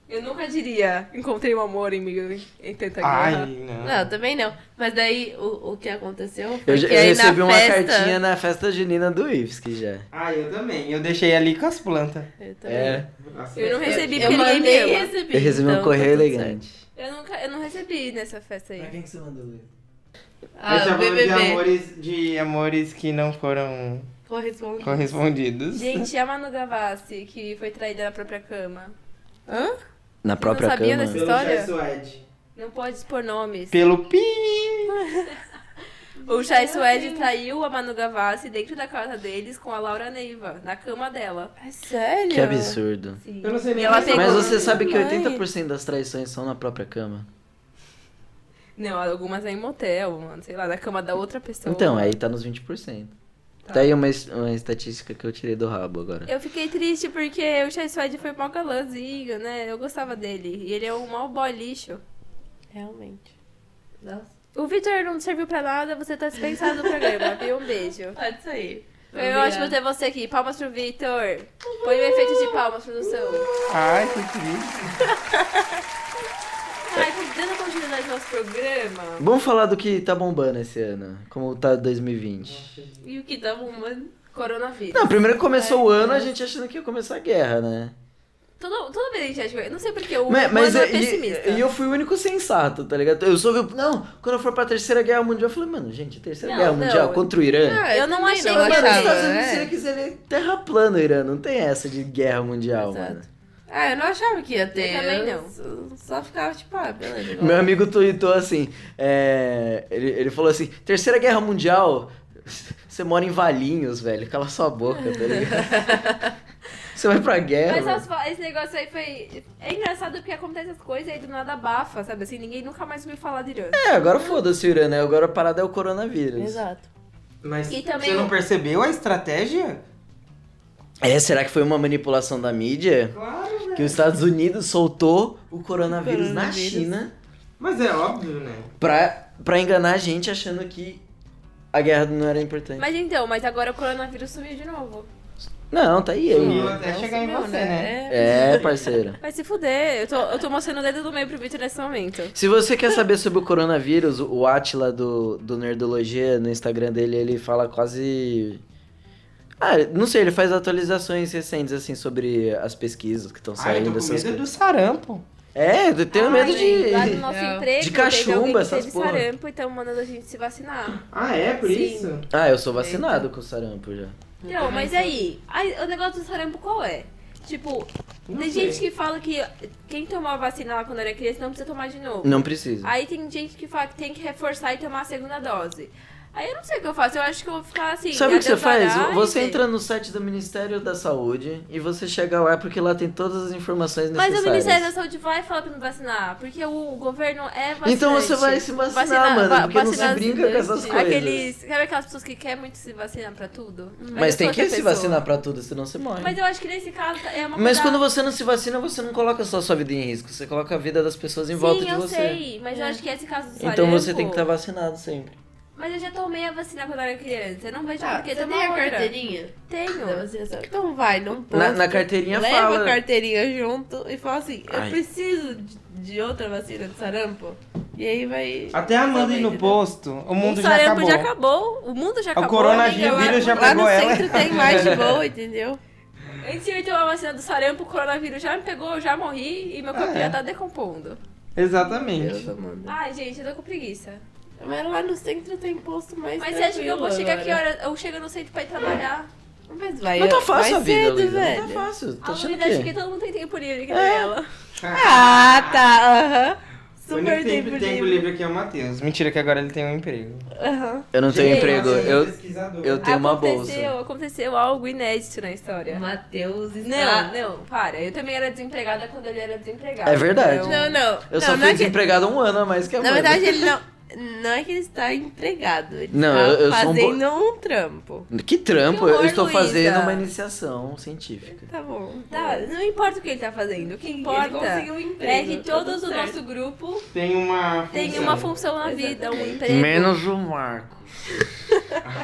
S1: Eu nunca diria, encontrei um amor em mim em tanta
S4: Ai,
S1: guerra.
S4: não.
S2: Não, também não. Mas daí o, o que aconteceu foi
S3: Ah. Eu,
S2: que
S3: já- eu
S2: aí
S3: recebi
S2: na
S3: uma
S2: festa...
S3: cartinha na festa junina do IFSC já.
S4: Ai, eu também. Eu deixei ali com as plantas.
S2: Eu também.
S3: É,
S1: Eu não recebi
S2: Eu
S1: porque ninguém me
S2: mandei e
S1: ama.
S2: recebi.
S3: eu recebi
S2: então
S3: um correio
S2: tá tudo
S3: elegante.
S1: Eu, nunca, eu não recebi nessa festa aí.
S3: que você mandou, Luiz?
S2: certo. Ah, o
S4: de
S2: BBB.
S4: amores, de amores que não foram
S2: Corresponde.
S4: correspondidos.
S1: Gente, a Manu Gavassi, que foi traída na própria cama.
S2: Hã?
S3: Na própria
S1: não sabiam
S3: cama?
S1: dessa- História?
S4: Jai Suede.
S1: Não pode expor nomes.
S4: Pelo Pi.
S1: O Chai Suede traiu a Manu Gavassi dentro da casa deles com a Laura Neiva, na cama dela.
S2: É sério?
S3: Que absurdo.
S1: Sim.
S4: Eu não sei nem
S1: E
S4: é
S1: ela
S4: quem
S3: Mas
S1: pegou- um
S3: você sabe que
S2: Ai.
S3: 80% das traições são na própria cama.
S1: Não, algumas é em motel, mano, sei lá, na cama da outra pessoa.
S3: Então, aí tá nos 20%. Tá aí uma, es- uma estatística que eu tirei do rabo agora.
S1: Eu fiquei triste porque o Chai Suede foi mó galãzinho, né? Eu gostava dele. E ele é um mau boy lixo.
S2: Realmente. Nossa.
S1: O Victor não serviu pra nada, você tá dispensado do programa, viu? Um beijo.
S2: Pode sair.
S1: Foi ótimo ter você aqui. Palmas pro Victor. Põe o efeito de palmas, produção.
S4: Ai, que triste.
S1: Ai, dando continuidade ao nosso programa.
S3: Vamos falar do que tá bombando esse ano. Como tá 2020.
S2: E o que tá
S1: um
S2: bombando?
S1: Coronavírus.
S3: Não, primeiro que começou o ano, a gente achando que ia começar a guerra, né?
S1: Todo, toda vez a gente acha que... Não sei porque o
S3: Mas,
S1: humano
S3: mas
S1: é
S3: e-
S1: pessimista.
S3: e, eu fui o único sensato, tá ligado? Eu soube. Não, quando eu for pra Terceira Guerra Mundial, eu falei, mano, gente, Terceira
S1: Não,
S3: Guerra
S1: não.
S3: Mundial contra o Irã.
S1: Ah, eu não achei
S2: não
S1: que
S3: Mano, os
S2: achava,
S3: Estados Unidos,
S2: é.
S3: se ele quiser, ele é terra plana, Irã. Não tem essa de guerra mundial,
S2: Exato.
S3: mano.
S2: Ah, eu não achava que ia ter.
S1: Eu também
S2: Eu
S1: não.
S2: só- Só ficava tipo, ah, beleza.
S3: Meu amigo tweetou assim, é, ele, ele falou assim, Terceira Guerra Mundial, você mora em Valinhos, velho, cala sua boca, tá ligado?
S2: (laughs)
S3: você vai pra guerra,
S1: Mas as
S3: mano.
S1: fa- esse negócio aí foi... É engraçado porque acontece as coisas e aí do nada abafa, sabe? Assim, ninguém nunca mais ouviu falar de Irã.
S3: É, agora foda-se o Irã, né? Agora a parada é o coronavírus.
S2: Exato.
S4: Mas
S1: E também
S4: você
S1: o-
S4: não percebeu a estratégia?
S3: É, será que foi uma manipulação da mídia?
S4: Claro, né? velho.
S3: Que os Estados Unidos soltou o coronavírus, na
S2: Coronavírus.
S3: China
S4: Mas é óbvio, né?
S3: pra, pra enganar a gente achando que a guerra não era importante.
S1: Mas então, mas agora o coronavírus sumiu de novo.
S3: Não, tá aí. aí.
S4: Sumiu até chegar em você, né?
S2: É.
S3: É, parceiro.
S1: Vai se fuder. Eu tô, eu tô mostrando o dedo do meio pro Vitor nesse momento.
S3: Se você quer saber sobre o coronavírus, o Atila do, do Nerdologia, no Instagram dele, ele fala quase. Ah, não sei, ele faz atualizações recentes, assim, sobre as pesquisas que estão
S4: Ai, Ah, eu tô
S3: saindo.
S4: com
S3: essas
S4: medo do
S3: coisas.
S4: sarampo.
S3: É, eu tenho medo de.
S1: Lá Ah, no nosso
S2: Não.
S1: emprego,
S3: De
S1: teve alguém
S3: cachumba,
S1: que teve
S3: essas porra.
S1: sarampo, então mandando a gente se vacinar.
S4: Ah, é? Por
S1: Sim.
S4: isso?
S3: (laughs) Ah, eu sou vacinado com sarampo já.
S1: Então, mas e aí, aí, o negócio do sarampo qual é? Tipo,
S4: Não
S1: tem
S4: sei.
S1: gente que fala que quem tomou a vacina lá quando era criança não precisa tomar de novo.
S3: Não precisa.
S1: Aí tem gente que fala que tem que reforçar e tomar a segunda dose. Aí eu não sei o que eu faço, eu acho que eu vou ficar assim.
S3: Sabe o que você
S1: Deus dará,
S3: faz? Você
S1: e-
S3: entra no site do Ministério da Saúde e você chega lá porque lá tem todas as informações
S1: Mas
S3: necessárias.
S1: o Ministério da Saúde vai falar pra me vacinar, porque o governo é vacinante.
S3: Então você vai se vacinar, mano,
S1: va-
S3: porque não se
S1: vacinar-
S3: brinca com essas coisas.
S1: Aqueles, sabe aquelas pessoas que querem muito se vacinar pra tudo?
S3: Mas
S1: eu
S3: tem
S1: sou
S3: que
S1: essa
S3: se
S1: pessoa.
S3: vacinar pra tudo, senão você morre.
S1: Mas eu acho que nesse caso é uma
S3: Mas
S1: coisa-
S3: quando você não se vacina, você não coloca só sua vida em risco, você coloca a vida das pessoas em
S1: Sim,
S3: volta de
S1: eu
S3: você.
S1: sei, mas
S2: É.
S1: eu acho que esse caso do sarampo...
S3: Então você tem que tá- estar vacinado sempre.
S1: Mas eu já tomei a vacina quando era criança, eu não vejo
S2: Ah,
S1: por que
S2: você
S1: tomar
S2: tem a
S1: outra.
S2: carteirinha? Da
S1: Tenho.
S2: vacinação. Então vai, não pode.
S3: Na, na carteirinha
S2: Leva
S3: fala.
S2: a carteirinha junto e fala assim: eu
S3: Ai.
S2: preciso de, de outra vacina de sarampo. E aí vai.
S4: Até a Amanda ir no
S2: Entendeu?
S4: posto, o mundo
S1: o
S4: já
S1: sarampo
S4: acabou.
S1: já acabou, o mundo já acabou.
S4: coronavírus
S1: amiga, lá-
S4: já
S2: lá
S4: pegou
S2: no
S4: ela.
S2: centro tem mais
S4: (laughs)
S2: de boa, entendeu?
S1: Antes de eu tomar a vacina do sarampo, o coronavírus já me pegou, eu já morri e meu corpo
S4: Ah, é.
S1: já tá decompondo.
S4: Exatamente.
S2: Deus, Amanda.
S1: Ai, gente, eu tô com preguiça.
S2: Mas lá no centro tem posto mais.
S1: Mas você acha que eu vou
S2: tranquilo
S1: chegar que
S2: agora.
S1: hora? Eu chego no centro pra ir trabalhar.
S2: Mas vai,
S3: Não tá fácil
S2: vai
S3: a vida,
S2: cedo,
S3: Luísa,
S2: velho.
S3: Não tá fácil. Tá
S1: a
S3: achando
S1: Luísa acha que
S3: que...
S1: todo mundo tem tempo livre que
S3: É.
S1: nem ela.
S2: Ah, tá, aham.
S4: O
S2: Super
S4: único
S2: tempo,
S4: tempo, tempo livre aqui é o Matheus. Mentira que agora ele tem um emprego.
S2: Aham.
S3: Eu não tenho um
S4: Gente,
S3: emprego.
S1: um
S4: nossa,
S3: Eu,
S4: pesquisador.
S3: eu tenho uma
S1: aconteceu,
S3: bolsa.
S1: aconteceu algo inédito na história.
S2: Matheus
S1: Não,
S2: está...
S1: não, para. Eu também era desempregada quando ele era desempregado. Então,
S3: É verdade.
S2: Não, não.
S3: Eu
S2: não,
S3: só
S2: não
S3: fui
S2: é que-
S3: desempregado um ano a mais que a
S2: Na
S3: Amanda.
S2: verdade, ele não... Não é que ele está empregado. Ele
S3: Não,
S2: está
S3: eu- eu sou um bo-
S2: fazendo um trampo.
S3: Que trampo,
S1: Que
S3: eu
S1: horror,
S3: estou
S1: Luísa.
S3: fazendo uma iniciação científica.
S2: Tá bom.
S1: Tá, não importa o que ele tá fazendo, o que
S2: Ele
S1: importa
S2: conseguiu um emprego,
S1: é que
S2: tá
S1: todos
S2: tudo
S1: do
S2: certo.
S1: nosso grupo
S4: Tem uma.
S1: tem uma função na vida, um
S2: Exatamente.
S1: emprego.
S3: o Marcos,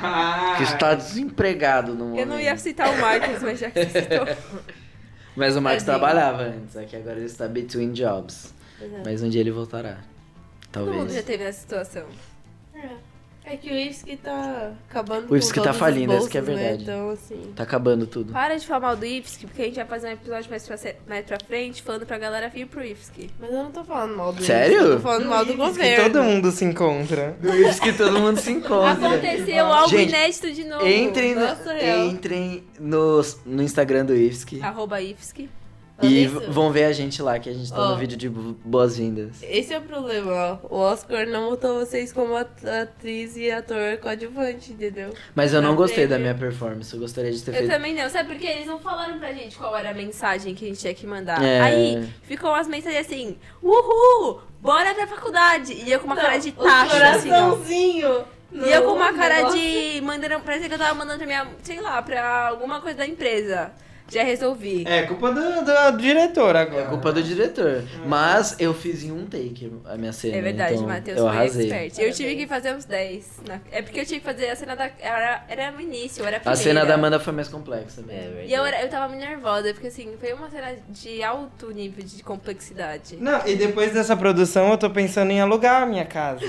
S4: Ah,
S3: desempregado no
S1: Eu não ia citar o Marcos, mas já que você
S3: (laughs)
S1: citou.
S3: Mas o Marcos
S2: Tadinho.
S3: trabalhava antes, aqui agora ele está between jobs. Mas um dia ele voltará.
S1: Todo mundo já
S3: Talvez.
S1: teve nessa situação.
S2: É que o IFSC tá acabando
S3: O IFSC
S2: com
S3: tá
S2: todas as
S3: falindo, essa
S2: bolsas,
S3: que é verdade.
S2: Né? Então, assim...
S3: Tá acabando tudo.
S1: Para de falar mal do IFSC, porque a gente vai fazer um episódio mais pra, ce- mais pra frente falando pra galera vir pro IFSC.
S2: Mas eu não tô falando mal do
S3: Sério?
S2: IFSC, Eu tô falando mal do
S4: que
S2: governo.
S4: todo mundo se encontra.
S3: No IFSC que todo mundo se encontra.
S1: Aconteceu algo
S3: Gente,
S1: inédito de novo.
S3: Entrem, no,
S2: Nossa, real.
S1: Ah,
S3: entrem no, no Instagram do IFSC.
S1: Arroba IFSC.
S3: E
S2: Olha isso.
S3: vão ver a gente lá, que a gente tá
S1: Oh.
S2: Ó.
S3: no vídeo de bo- boas-vindas.
S2: Esse é o problema, ó. O Oscar não botou vocês como at- atriz e ator coadjuvante, entendeu?
S3: Mas eu não
S2: Não
S3: gostei
S2: teve.
S3: da minha performance, eu gostaria de ter
S1: Eu
S3: feito.
S1: também não, sabe por quê? Eles não falaram pra gente qual era a mensagem que a gente tinha que mandar.
S3: É.
S1: Aí ficou umas mensagens assim: Uhul, bora pra faculdade! E eu com uma cara de taxa, assim. ó.
S2: coraçãozinho. no
S1: E eu com uma cara
S2: negócio.
S1: de. Mandando, parece que eu tava mandando pra minha. Sei lá, pra alguma coisa da empresa. Já resolvi.
S4: É culpa do, do diretor agora.
S3: É culpa do diretor. Mas eu fiz em um take a minha cena.
S1: É verdade,
S3: então
S1: Matheus
S3: Eu
S1: foi
S3: arrasei.
S1: expert. Eu tive que fazer uns 10. na- É porque eu tive que fazer a cena da. Era, era no início, era a
S3: A
S1: primeira.
S3: cena da Amanda foi mais complexa
S2: É
S3: mesmo.
S2: verdade.
S1: E eu, era- eu tava meio nervosa, porque assim, foi uma cena de alto nível de complexidade.
S4: Não, e depois dessa produção eu tô pensando em alugar a minha (laughs) casa.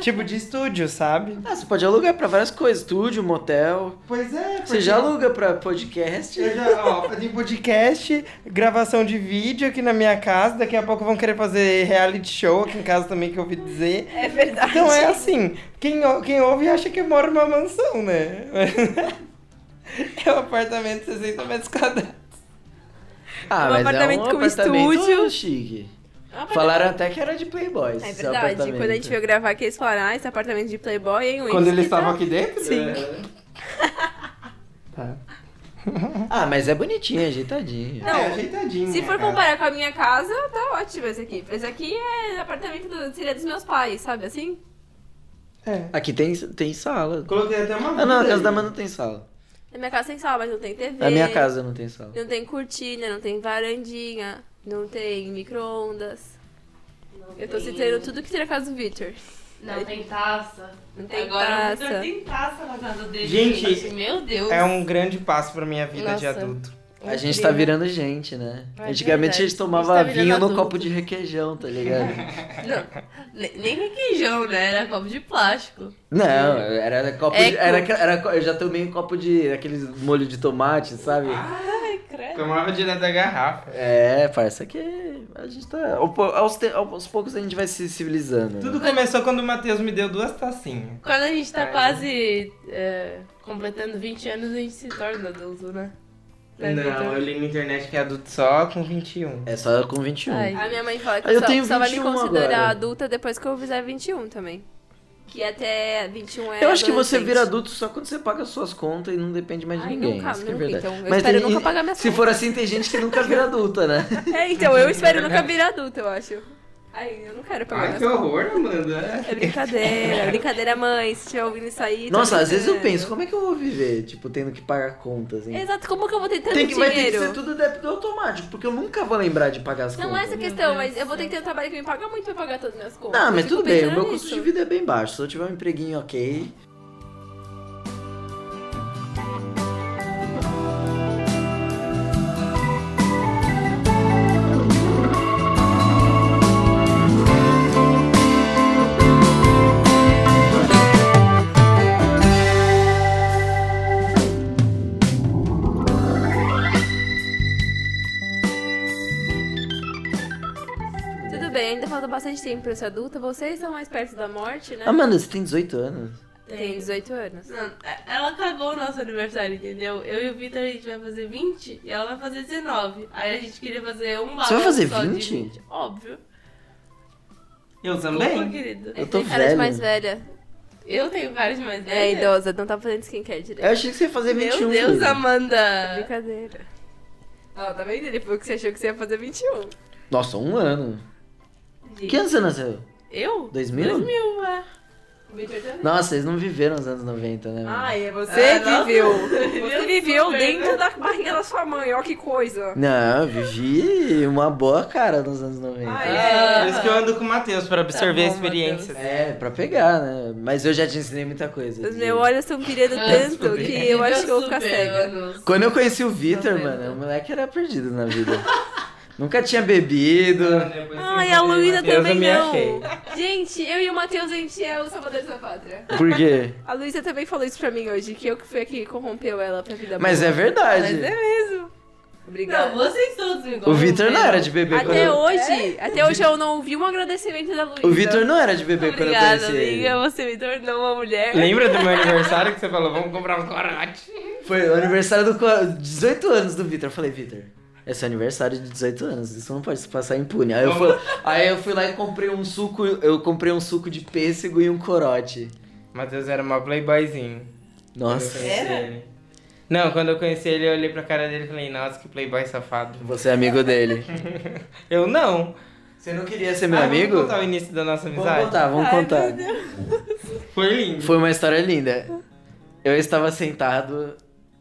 S4: tipo de estúdio, sabe?
S3: Ah, você pode alugar pra várias coisas, estúdio, motel.
S4: Pois é, porque...
S3: Você já aluga pra podcast?
S4: Eu já, ó, tem podcast, gravação de vídeo aqui na minha casa. Daqui a pouco vão querer fazer reality show aqui em casa também, que eu ouvi dizer.
S1: É verdade.
S4: Então é assim, quem, ou- quem ouve acha que mora numa mansão, né? (laughs) É um apartamento de 60 metros quadrados.
S3: Ah,
S1: Um
S3: mas
S1: apartamento
S3: é um
S1: com
S3: apartamento
S1: estúdio.
S3: chique. Falaram até que era de Playboys.
S1: É
S3: esse
S1: verdade.
S3: apartamento.
S1: Quando a gente veio gravar aqui, eles falaram, ah, esse apartamento de Playboy, é hein, Wiz?
S4: Quando eles estavam aqui dentro? É.
S1: Sim.
S4: Tá.
S3: Ah, mas é bonitinho, ajeitadinho.
S1: Não,
S4: é ajeitadinho.
S1: Se for
S4: cara.
S1: comparar com a minha casa, tá ótimo esse aqui. Esse aqui é apartamento do, seria dos meus pais, sabe assim?
S4: É.
S3: Aqui tem, tem sala.
S4: Coloquei até uma
S3: Ah, não, a
S4: vida
S3: casa da
S4: aí.
S3: Amanda tem sala.
S1: Na minha casa tem sala, mas não tem TV.
S3: Na minha casa não tem sala.
S1: Não tem cortina, não tem varandinha, não tem micro-ondas.
S2: Não
S1: Eu tô
S2: tem-
S1: citando tudo que tem na casa do Victor.
S2: Não tem taça.
S1: Não tem
S2: Agora o
S1: taça.
S2: Vitor tem taça na casa dele. Assim,
S4: Gente,
S2: meu Deus.
S4: É um grande passo pra minha vida de
S2: Nossa.
S4: adulto.
S3: A gente tá virando gente, né?
S2: É
S3: Antigamente a
S2: verdade.
S3: gente tomava
S2: A gente tá virando
S3: vinho no
S2: adulto.
S3: copo de requeijão, tá ligado?
S2: Não, ne- nem requeijão, né? Era copo de plástico.
S3: Não, era copo
S2: É
S3: de.
S2: que-
S3: Era, era, eu já tomei um copo de. aqueles molho de tomate, sabe?
S2: Ai, credo.
S4: Tomava direto da garrafa.
S3: É, parça, que a gente tá. ao po- Aos, te- aos poucos a gente vai se civilizando. né?
S4: Tudo começou quando o Matheus me deu duas tacinhas.
S2: Quando a gente tá
S4: Ai,
S2: quase é, completando 20 anos, a gente se torna adulto, né? Né,
S4: Não,
S2: Vitor?
S4: eu li na internet que é adulto só com 21.
S3: É só com 21.
S2: Ai.
S1: A minha mãe fala que
S3: Ah, eu
S1: só,
S3: tenho
S1: só vai me
S3: 21
S1: considerar
S3: agora.
S1: adulta depois que eu fizer 21 também. Que até 21 é
S3: Eu acho que você
S1: adolescente.
S3: vira adulto só quando você paga suas contas e não depende mais de
S1: Ai,
S3: ninguém.
S1: nunca,
S3: isso que é
S1: nunca,
S3: verdade.
S1: então. Eu espero nunca pagar minhas
S3: Se
S1: contas.
S3: for assim, tem gente que nunca vira adulta, né?
S1: (laughs) É, então,
S3: (laughs)
S1: eu espero nunca vir adulta, eu acho. Ai, eu não quero pagar minhas
S4: horror, Amanda.
S1: É brincadeira, é brincadeira, mãe. Se estiver ouvindo isso aí. tô
S3: Nossa, às vezes eu
S1: brincando.
S3: penso, como é que eu vou viver? Tipo, tendo que pagar contas, hein?
S1: Exato, como que eu vou ter tanto
S3: Tem que, vai ter que
S1: dinheiro?
S3: ser tudo débito automático, porque eu nunca vou lembrar de pagar as
S1: Não é
S3: contas.
S1: essa
S2: Meu
S1: questão,
S2: Deus
S1: mas eu vou
S2: do
S1: ter que ter um trabalho que me paga muito pra pagar todas as minhas contas.
S3: Não,
S1: Eu
S3: Ah, mas
S1: fico
S3: tudo bem, o
S1: pensando
S3: meu custo
S1: nisso.
S3: de vida é bem baixo. Se eu tiver um empreguinho ok.
S1: Tudo bem, ainda falta bastante tempo pra eu ser adulta. Vocês estão mais perto da morte, né?
S3: Amanda, Ah, você tem 18 anos.
S1: Tem 18 anos.
S2: Não, ela cagou o nosso aniversário, entendeu? Eu e o Vitor, a gente vai fazer 20 e ela vai fazer 19. Aí a gente queria fazer um
S3: Você vai fazer
S2: balanço só de
S3: 20?
S2: Óbvio.
S4: Eu
S3: Tá
S2: Desculpa,
S4: também?
S2: querido.
S3: Eu tô
S1: Tem cara é de
S3: velho.
S1: mais velha.
S2: Eu tenho vários mais
S1: É,
S2: velhos.
S1: idosa, não tá fazendo skincare direito.
S3: Eu achei que você ia então, fazer 21.
S2: Meu Deus,
S3: Amanda. É.
S2: Amanda!
S1: Brincadeira. Ó, tá vendo? Ele falou que você achou que você ia fazer 21.
S3: Nossa, um ano. Que é? ano você nasceu?
S2: Eu?
S3: 2000?
S2: 2000, é.
S1: O Victor também.
S3: Nossa, eles não viveram os anos 90, né? mano?
S1: Ai, é você
S2: Ah,
S1: que
S2: não.
S1: viu.
S2: Eu
S1: Você viveu
S2: super,
S1: dentro
S2: né?
S1: da barriga da sua mãe, ó que coisa.
S3: Não, eu vivi uma boa cara nos anos 90.
S1: Ah,
S2: é.
S4: Por isso que eu ando com o Matheus, pra
S1: Tá
S4: absorver
S2: bom,
S4: a experiência.
S3: É, pra pegar, né? Mas eu já te ensinei muita coisa.
S1: Os
S3: de-
S1: meus olhos estão pirando tanto
S4: desculpa.
S1: que eu acho que eu vou ficar
S2: super,
S1: cega.
S2: Anos.
S3: Quando eu conheci o Vitor,
S2: Tá vendo?
S3: mano, o moleque era perdido na vida. Nunca tinha bebido.
S1: Ai, a Luísa
S4: Matheus, eu
S1: também
S4: me
S1: não.
S4: achei.
S1: Gente, eu e o Matheus, a gente é o Salvador da Pátria.
S3: Por quê?
S1: A Luísa também falou isso pra mim hoje, que eu que fui aqui que corrompeu ela pra vida
S3: Mas
S1: boa.
S3: é verdade.
S1: Mas é mesmo. Obrigada.
S2: Não, vocês todos me
S3: O Vitor não era de bebê
S1: Até
S3: quando.
S1: hoje,
S2: É?
S1: até hoje eu não ouvi um agradecimento da Luísa.
S3: O Vitor não era de bebê quando eu
S2: Obrigada,
S3: conheci
S2: amiga.
S3: ele.
S2: Você me tornou uma mulher.
S4: Lembra do meu aniversário que você falou, vamos comprar um corote?
S3: Foi o aniversário do co- 18 anos do Vitor. Eu falei, Vitor, é seu aniversário de 18 anos, isso não pode se passar impune. Aí eu fui, aí eu fui lá e comprei um suco, eu comprei um suco de pêssego e um corote.
S4: Matheus era uma playboyzinho.
S3: Nossa.
S4: Quando eu conheci ele. Não, quando eu conheci ele, eu olhei pra cara dele e falei, nossa, que playboy safado.
S3: Você é amigo dele.
S4: Eu não.
S3: Você não queria ser meu
S4: Ah,
S3: amigo?
S4: Vamos contar o início da nossa
S3: Vamos
S4: amizade?
S3: contar, vamos
S1: Ai,
S3: contar.
S1: meu Deus.
S4: Foi lindo.
S3: Foi uma história linda. Eu estava sentado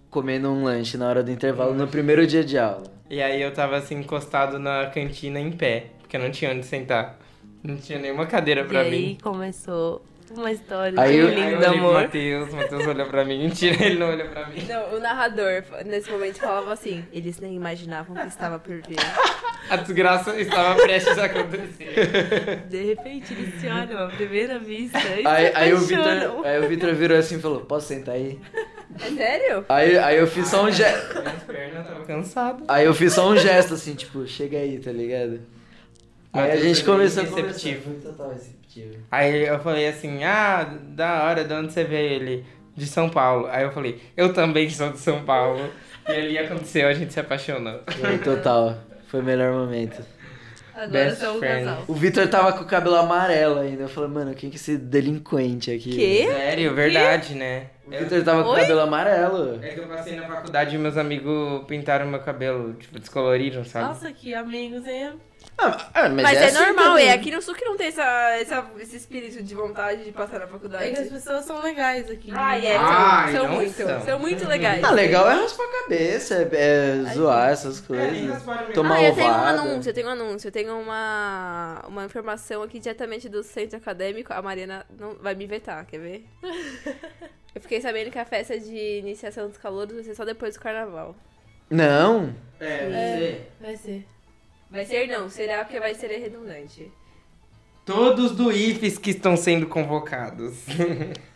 S3: comendo um lanche na hora do intervalo no primeiro dia de aula.
S4: E aí eu tava assim, encostado na cantina em pé, porque eu não tinha onde sentar. Não tinha nenhuma cadeira
S2: E
S4: pra mim.
S2: aí começou uma história
S3: Aí
S2: de
S3: eu-
S2: um
S4: Aí eu
S2: lindo
S4: olhei pro
S2: amor.
S4: Matheus, o Matheus olhou pra mim. (laughs) Mentira, ele não olhou pra mim.
S1: Não, o narrador nesse momento falava assim: eles nem imaginavam que estava por vir.
S4: A desgraça estava prestes a acontecer. (laughs)
S2: De repente eles se olham à primeira vista e se
S3: Aí, aí o
S2: apaixonam.
S3: Vitor, aí o Vitor virou assim e falou: Posso sentar aí?
S1: É sério?
S3: Aí, aí eu fiz só um gesto.
S4: Minhas pernas estavam cansadas.
S3: Aí eu fiz só um gesto assim, tipo, chega aí, tá ligado? Aí a
S4: Matheus
S3: gente
S4: foi bem
S3: começou a
S4: receptivo.
S3: conversar, foi total receptivo.
S4: Aí eu falei assim, ah, da hora, de onde você veio ele? De São Paulo. Aí eu falei, eu também sou de São Paulo. E ali aconteceu, a gente se apaixonou.
S3: Foi total. Foi o melhor momento.
S2: Agora
S4: Best
S2: são um
S4: friend.
S2: casal.
S3: O Vitor tava com o cabelo amarelo ainda. Eu falei, mano, quem que é esse delinquente aqui?
S1: Quê?
S4: Sério, verdade, né?
S3: O Vitor tava com o
S2: Oi?
S3: cabelo amarelo.
S4: É que eu passei na faculdade e meus amigos pintaram meu cabelo, tipo, descoloriram, sabe?
S2: Nossa, que amigos, hein?
S3: Ah, ah, mas,
S1: Mas é,
S3: assim
S1: normal,
S3: também.
S1: é aqui no sul que não tem essa, essa- esse espírito de vontade de passar na
S2: É que as
S1: faculdade.
S2: pessoas são legais aqui. né?
S1: Ai, é, são,
S4: Ai,
S1: são
S4: não
S1: muito,
S4: são.
S1: são. muito legais.
S3: então Ah, legal é raspar a cabeça, é, é zoar essas
S4: É,
S3: coisas. Tomar
S1: Ah, eu tenho um
S3: ovada.
S1: anúncio, eu tenho um anúncio, eu tenho uma, uma informação aqui diretamente do centro acadêmico. A Mariana não vai me vetar, quer ver? (laughs) eu fiquei sabendo que a festa de iniciação dos calouros vai ser só depois do carnaval.
S3: Não.
S4: É,
S2: Vai ser.
S1: Vai ser não, será porque vai ser redundante.
S4: Todos do IFES que estão sendo convocados.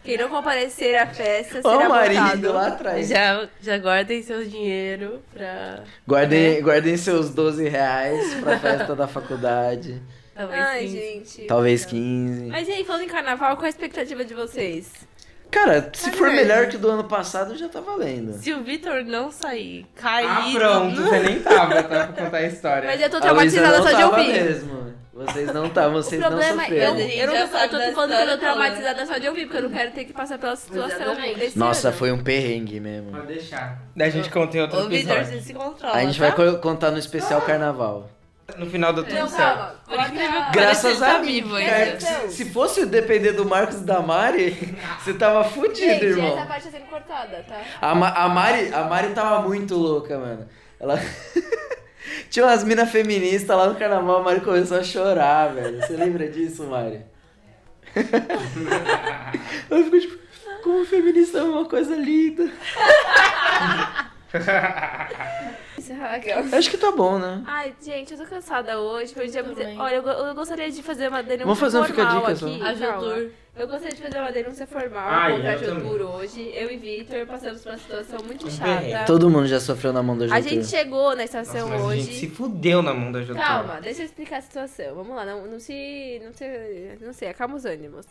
S1: Quem não comparecer à festa
S3: Ó
S1: será
S3: o marido
S1: multado.
S3: lá atrás.
S2: Já, já guardem seu dinheiro pra
S3: Guardem, guardem seus 12 reais pra festa da faculdade.
S2: talvez
S1: Ai,
S2: sim.
S1: gente.
S3: Talvez 15.
S1: Mas e aí, falando em carnaval, qual a expectativa de vocês?
S3: Cara, se
S2: Tá
S3: for
S2: vendo?
S3: melhor que o do ano passado, já tá valendo.
S2: Se o Vitor não sair,
S4: Ah,
S2: cair...
S4: pronto, você nem tava, tá? Pra contar a história.
S1: Mas é- eu tô
S3: A Luísa
S1: traumatizada
S3: não
S1: só de
S3: tava
S1: ouvir.
S3: mesmo. Vocês não estavam, vocês
S1: o
S3: não
S1: problema é, eu,
S3: sofreram.
S1: eu, não,
S2: Já
S1: eu
S2: sabe
S1: tô
S2: da
S1: falando que eu
S2: história
S1: tô
S2: toda.
S1: traumatizada só de ouvir, porque eu não quero ter que passar pela situação
S2: Exatamente.
S1: desse
S3: Nossa,
S1: ano.
S3: foi um perrengue mesmo.
S4: Pode deixar. Daí a gente conta em outro
S2: (laughs) Ô, Vitor,
S4: episódio.
S2: você se controla,
S3: A gente
S2: tá?
S3: vai co- contar no especial carnaval.
S4: No final do tudo
S1: Não,
S4: certo.
S1: calma.
S2: Por incrível que
S1: Coloca...
S2: Parece que
S3: Graças
S2: ele tá
S3: a mim.
S2: vivo
S3: cara.
S2: ainda.
S3: Se, se fosse depender do Marcos e da Mari, (laughs) você tava fudido,
S1: Gente,
S3: irmão.
S1: essa parte tá sendo cortada, tá?
S3: A, Ma- a Mari, a Mari tava muito louca, mano. Ela. (laughs) Tinha umas minas feministas lá no carnaval, a Mari começou a chorar, velho. Você lembra disso, Mari? (laughs) Ela ficou tipo, como feminista é uma coisa linda.
S1: Encerrar aquela.
S3: Acho que tá bom, né?
S1: Ai, gente, eu tô cansada hoje. Foi um dia...
S2: também.
S1: Olha, eu, go- eu gostaria de fazer uma denúncia
S3: Vamos fazer um
S1: formal
S3: fica-dica só.
S1: aqui.
S2: A Jotur.
S1: Eu gostaria de fazer uma denúncia formal
S4: Ai,
S1: contra a
S4: eu também.
S1: Jotur hoje. Eu e Vitor passamos por uma situação muito
S4: Um
S1: chata.
S4: perrengue.
S3: Todo mundo já sofreu na mão da
S1: A
S3: Juventude.
S1: gente chegou na estação
S4: Nossa, mas a
S1: hoje.
S4: gente se fudeu na mão da Jotô.
S1: Calma, deixa eu explicar a situação. Vamos lá, não, não se. Não se. Não sei, acalma os ânimos.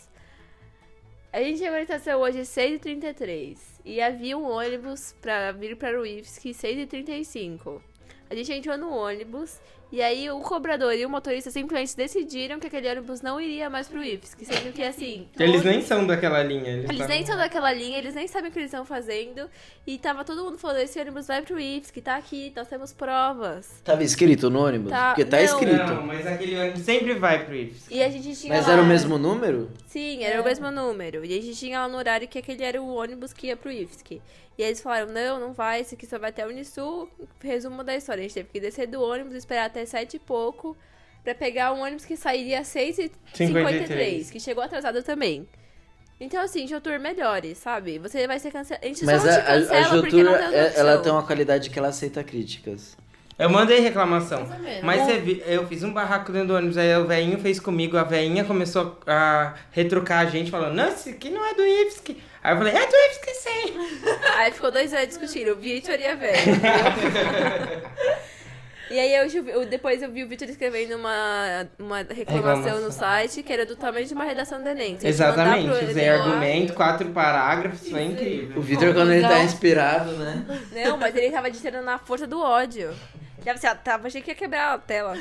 S1: A gente chegou na estação hoje às 6h33 e havia um ônibus pra vir para o IFSC 6h35. A gente entrou no ônibus e aí o cobrador e o motorista simplesmente decidiram que aquele ônibus não iria mais pro IFSC, sendo que assim.
S4: Eles
S1: todo-
S4: nem são daquela linha. Eles,
S1: eles
S4: tavam-
S1: nem são daquela linha, eles nem sabem o que eles estão fazendo. E tava todo mundo falando: esse ônibus vai pro IFSC, tá aqui, nós temos provas.
S3: Tava escrito no ônibus?
S1: Tá,
S3: Porque tá
S1: não.
S3: escrito.
S4: Não, mas aquele ônibus sempre vai pro IFES.
S1: E a gente tinha
S3: Mas
S1: lá-
S3: era o mesmo número?
S1: Sim, era o mesmo número. E a gente tinha lá no horário que aquele era o ônibus que ia pro IFSC. E eles falaram, não, não vai, esse aqui só vai até Unisul. Resumo da história, a gente teve que descer do ônibus, esperar até sete e pouco, pra pegar um ônibus que sairia às 6h53,
S4: 53,
S1: que chegou atrasado também. Então, assim, Jotur, melhore, sabe? Você vai ser cancelado. A gente
S3: Mas
S1: só
S3: a,
S1: te
S3: a,
S1: cancela
S3: a
S1: porque não
S3: Jotura,
S1: tem outra
S3: é- ela
S1: opção.
S3: tem uma qualidade que ela aceita críticas.
S4: Eu mandei reclamação.
S2: Mais ou menos.
S4: Mas você vi- eu fiz um barraco dentro do ônibus, aí o velhinho fez comigo, a velhinha começou a retrucar a gente, falando, não, esse aqui não é do IFSC. Aí eu falei, é do IFSC sim.
S1: Aí ficou dois anos discutindo, o Vitor e a velha.
S3: (laughs)
S1: e aí eu, ju- eu- depois eu vi o Vitor escrevendo uma, uma reclamação
S4: Reclamação.
S1: no site que era do tamanho de uma redação do Enem. Se a gente mandar
S4: Exatamente,
S1: pro
S4: usei
S1: Enem lá-
S4: argumento, quatro parágrafos, foi é incrível.
S3: O Vitor, quando ele tá inspirado, né?
S1: Não, mas ele tava ditando na força do ódio. Deve ser, tava, achei que ia quebrar a tela.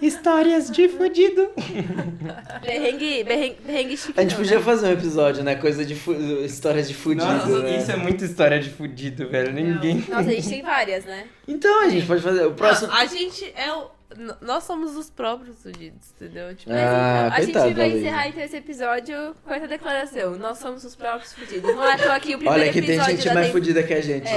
S4: Histórias de fudido.
S1: Berrengue, berrengue, berrengue chique.
S3: A gente
S1: não,
S3: podia
S1: né?
S3: fazer um episódio, né? Coisa de fu... histórias de fudido,
S4: Nossa,
S3: né?
S4: isso é muita história de fudido, velho. Ninguém.
S1: Nossa, a gente tem várias, né?
S3: Então a gente pode fazer. O próximo.
S2: A gente é o... n- Nós somos os próprios fudidos, entendeu? Tipo,
S3: É. Ah,
S1: Mas então, a
S3: coitada
S1: gente vai
S3: da
S1: encerrar então esse episódio com essa declaração. Nós somos os próprios fudidos. Não é à toa que o primeiro
S3: Olha que tem
S1: episódio
S3: gente
S1: da
S3: mais
S1: tem-
S3: fudida que a gente.
S1: É.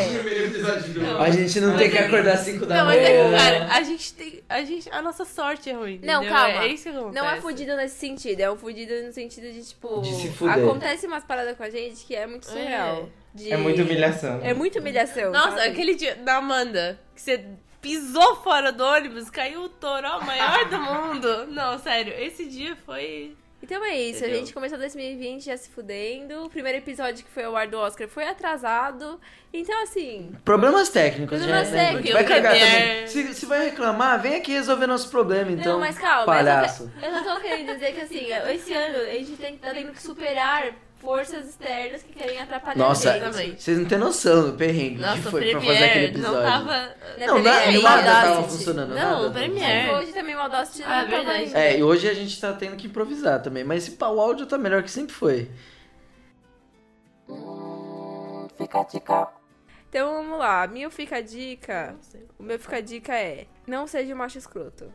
S3: A gente não tem que acordar às 5 da
S2: Não, mas é que,
S3: manhã. né?
S2: cara, a gente tem... A, gente, a nossa sorte é ruim,
S1: Não,
S2: entendeu?
S1: calma.
S2: É isso que acontece.
S1: Não é fudido nesse sentido, é um fudido no sentido de, tipo.
S3: De se fuder.
S1: acontece umas paradas com a gente que é muito surreal. De-
S4: É muita humilhação.
S1: É muita humilhação.
S2: Nossa,
S1: sabe?
S2: aquele dia da Amanda, que você pisou fora do ônibus, caiu o toró maior do mundo. (laughs) Não, sério, esse dia foi...
S1: Então é isso, a
S2: Entendeu?
S1: gente começou 2020 já se fudendo. O primeiro episódio que foi ao ar do Oscar foi atrasado. Então, assim.
S3: Problemas técnicos,
S1: Problemas
S3: gente. né?
S1: técnicos,
S3: Vai cagar
S2: Premier.
S3: também. Se, se vai reclamar, vem aqui resolver nosso problema, então.
S1: não, mas calma,
S3: palhaço.
S1: Eu, só, eu só tô querendo dizer que assim, esse ano a gente tem, tá tendo que superar forças externas que querem atrapalhar
S3: Nossa,
S1: a gente.
S2: Exatamente.
S3: vocês não têm noção do perrengue
S2: Nossa,
S3: que
S2: o
S3: foi pra fazer aquele
S2: Premiere
S3: episódio.
S2: não tava... é
S1: Né,
S3: Não, nada,
S1: Premiere,
S3: nada tava
S1: Audacity.
S3: funcionando.
S2: Não,
S3: nada
S2: o Premiere.
S1: Mas Hoje também o Audacity não
S2: Ah,
S1: tá
S2: verdade.
S1: mais.
S3: É, e hoje a gente tá tendo que improvisar também, mas esse pau áudio tá melhor que sempre foi.
S5: Fica a dica.
S1: Então vamos lá, meu fica a dica. O meu fica a dica é: não seja um macho escroto.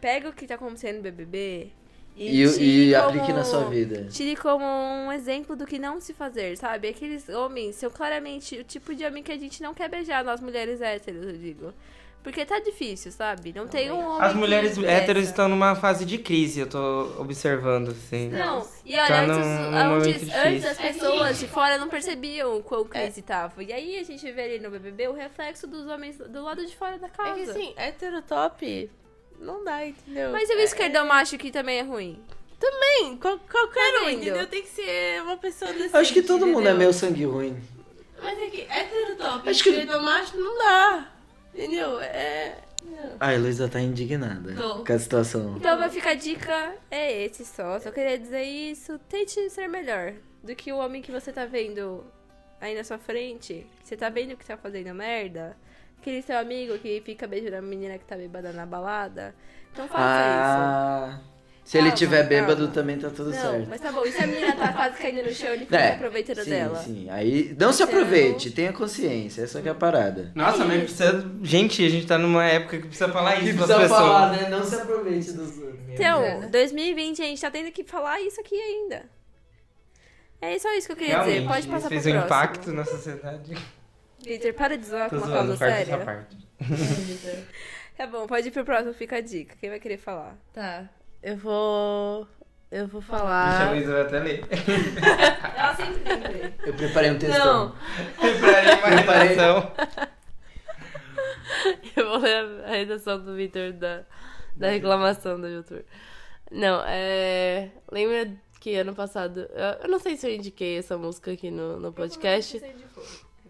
S1: Pega o que tá acontecendo no BBB
S3: E,
S1: e,
S3: e,
S1: tire como-
S3: aplique na sua vida.
S1: Tire como um exemplo do que não se fazer, sabe? Aqueles homens são claramente o tipo de homem que a gente não quer beijar, nós mulheres héteros, eu digo. Porque tá difícil, sabe? Não tem um homem.
S4: As
S1: que
S4: mulheres
S1: interessa.
S4: héteros estão numa fase de crise, eu tô observando, assim.
S1: Não, e olha,
S4: Tá
S1: antes, os-
S4: num
S1: antes-
S4: momento
S1: antes
S4: difícil.
S1: as
S2: É
S1: pessoas de fora não percebiam o quão crise tava. E aí a gente vê ali no BBB o reflexo dos homens do lado de fora da
S2: É
S1: casa.
S2: que assim, heterotop não dá, entendeu?
S1: Mas eu vi esquerdão macho que também é ruim.
S2: Também, qual- qualquer
S1: Tá
S2: um,
S1: vendo?
S2: entendeu? Tem que ser uma pessoa decente.
S3: Eu acho que todo mundo é
S2: entendeu?
S3: meio sangue ruim.
S2: Mas é que heterotop
S3: Acho que-
S2: esquerdo macho não dá, entendeu? É...
S3: Ai, Luísa tá indignada
S2: Tô.
S3: com a situação.
S1: Então vai ficar a dica, é esse só. Só queria dizer isso. Tente ser melhor do que o homem que você tá vendo aí na sua frente. Você tá vendo que tá fazendo merda? Aquele seu amigo que fica beijando a menina que tá bêbada na balada. Então faça isso.
S3: Ah, se ele
S1: Calma,
S3: tiver bêbado
S1: calma.
S3: também tá tudo
S1: Não,
S3: certo.
S1: mas tá bom. E se a menina tá quase caindo no chão, ele fica
S3: É,
S1: aproveitando
S3: sim,
S1: dela.
S3: sim. Aí, não se
S1: Então-
S3: aproveite, tenha consciência, essa que é a parada.
S4: Nossa, mas precisa. Gente, a gente tá numa época que precisa falar isso pras
S3: Precisa
S4: pessoas.
S3: falar, né? Não se aproveite dos outros.
S1: Então, 2020, a gente tá tendo que falar isso aqui ainda. É só isso que eu queria dizer. Pode
S4: isso
S1: passar pro
S4: fez
S1: próximo.
S4: um impacto na sociedade.
S1: Vitor, para de zoar com
S4: Tô
S1: uma
S4: zoando,
S1: causa
S4: corta essa
S1: séria.
S4: parte.
S1: Tá bom, pode ir pro próximo, fica a dica. Quem vai querer falar?
S2: Tá, eu vou... Eu
S4: Ah. Deixa
S2: vou
S4: a
S2: falar... (laughs)
S4: Luísa até ler. (laughs)
S1: Ela sempre tem
S3: Eu preparei um textão.
S2: Não,
S4: pra ler uma
S3: Preparei.
S4: redação.
S2: eu vou ler a redação do Vitor da, da reclamação do YouTube. Não, é... Lembra que ano passado... Eu, eu não sei se eu indiquei essa música aqui no, no podcast.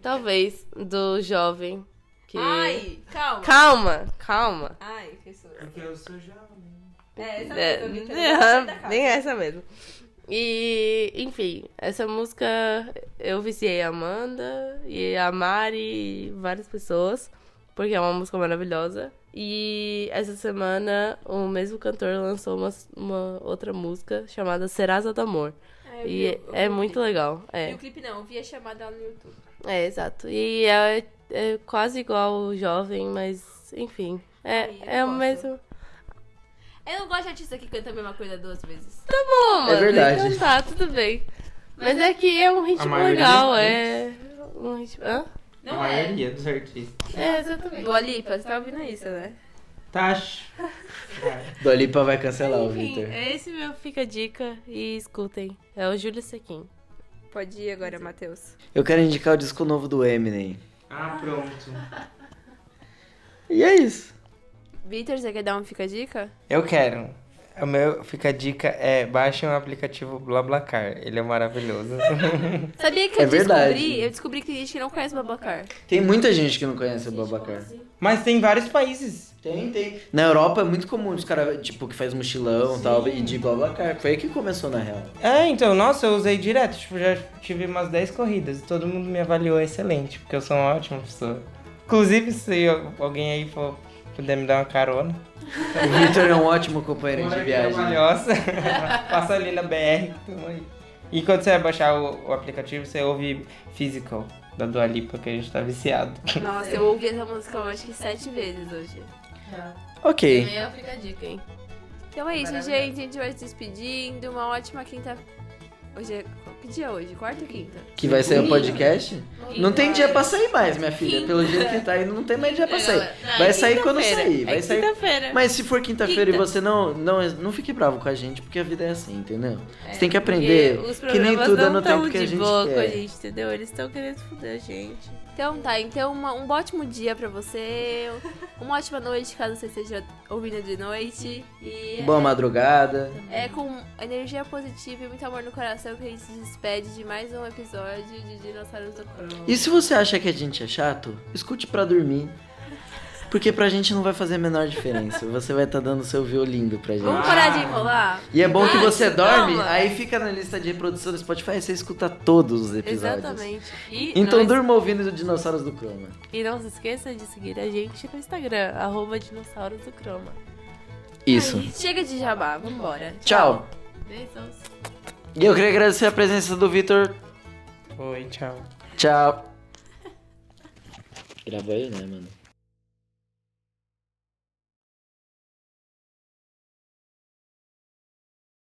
S2: Talvez, do Jovem. Que...
S1: Ai, calma.
S2: Calma, calma.
S1: Ai, que susto.
S4: Porque eu sou um. jovem.
S1: É, essa
S2: (laughs) É,
S1: é, Vitor.
S2: aham,
S1: Tá
S2: bem essa mesmo. E, enfim, essa música eu viciei a Amanda e a Mari e várias pessoas, porque é uma música maravilhosa. E essa semana o mesmo cantor lançou uma, uma outra música chamada Serasa do Amor.
S1: Ah, eu vi,
S2: e
S1: eu vi
S2: é
S1: o
S2: muito
S1: clipe.
S2: legal. É.
S1: E o clipe não, eu vi a chamada lá no YouTube.
S2: É, exato. E é, é quase igual o jovem, mas enfim. É,
S1: Ai, eu
S2: é o
S1: gosto.
S2: mesmo.
S1: Eu não gosto de artista que canta a mesma coisa duas vezes.
S2: Tá Bom, mano,
S3: É verdade.
S2: Então tá, tudo bem. Mas é que é um ritmo
S4: maioria
S2: legal,
S4: dos
S2: é. Um ritmo. Hã?
S4: a maioria dos artistas.
S2: É, exatamente.
S1: Dua Lipa, você tá ouvindo isso, né?
S4: Tacho.
S3: Dolipa vai cancelar o
S2: Enfim,
S3: Victor.
S2: é esse meu fica a dica e escutem. É o Júlio Sequim.
S1: Pode ir agora, Matheus.
S3: Eu quero indicar o disco novo do Eminem.
S4: Ah, pronto.
S3: E é isso.
S1: Vitor, você quer dar um fica dica?
S4: Eu quero. O meu fica a dica é baixem o aplicativo BlaBlaCar. Ele é maravilhoso.
S1: Sabia que
S3: É
S1: eu descobri?
S3: verdade.
S1: Eu descobri que tem gente que não conhece Babacar.
S3: Tem muita gente que não conhece o
S1: assim?
S3: Babacar.
S4: Mas tem vários países.
S3: Tem, tem. Hum. Na Europa é muito comum os caras, tipo, que faz mochilão e tal, e de Babacar. Foi aí que começou, na real.
S4: É, então, nossa, eu usei direto. Tipo, já tive umas 10 corridas. Todo mundo me avaliou excelente, porque eu sou uma ótima pessoa. Inclusive, se al- alguém aí for, puder me dar uma carona.
S3: O Victor é um ótimo companheiro de viagem.
S4: Maravilhosa. (laughs) Passa ali na BR. tamo aí. E quando você baixar o, o aplicativo, você ouve Physical, da Dua Lipa, que a gente tá viciado.
S2: Nossa, eu ouvi essa música eu acho que sete vezes hoje.
S3: Ok.
S2: Meia fica a dica, hein?
S1: Então é isso,
S4: Maravilhoso.
S1: gente. A gente vai se despedindo. Uma ótima quinta. Hoje é. Que dia é hoje? Quarta ou quinta?
S3: Que vai sair o podcast? Não tem dia
S2: pra
S3: pra sair mais, minha filha. Pelo jeito que tá aí, não tem mais dia pra sair. Vai sair quando sair. Vai sair.
S2: é Quinta-feira.
S3: Mas se for quinta-feira e
S2: É. Quinta.
S3: você não, não, não fique bravo com a gente, porque a vida é assim, entendeu? Você tem que
S2: Porque
S3: aprender
S2: os
S3: que nem
S2: problemas
S3: tudo é
S2: não
S3: no
S2: tão
S3: tempo que a
S2: de
S3: gente
S2: boa com a
S3: quer.
S2: gente, entendeu? Eles estão querendo foder a gente.
S1: Então tá, então uma- um ótimo dia pra
S2: (laughs)
S1: você. Uma ótima noite, caso você esteja ouvindo de noite. E
S3: Boa madrugada.
S1: é com energia positiva e muito amor no coração que a gente se despede de mais um episódio de Dinossauros do Crono.
S3: E se você acha que a gente é chato, escute pra dormir. Porque pra gente não vai fazer a menor diferença. Você vai estar tá dando seu violindo pra
S1: Vamos
S3: gente.
S1: parar de enrolar?
S3: E é bom que
S2: Ah,
S3: você
S2: calma.
S3: dorme, aí fica na lista de reprodução do Spotify e você escuta todos os episódios.
S2: Exatamente. E
S3: Então
S2: não,
S3: durma ouvindo o Dinossauros do Chroma.
S2: e não se esqueça de seguir a gente no Instagram, arroba dinossauros do croma.
S3: Isso.
S1: Chega de jabá, vambora.
S3: Tchau.
S2: Beijos.
S3: E eu queria agradecer a presença do Vitor.
S4: Oi, tchau.
S3: Tchau. Gravou aí, né, mano?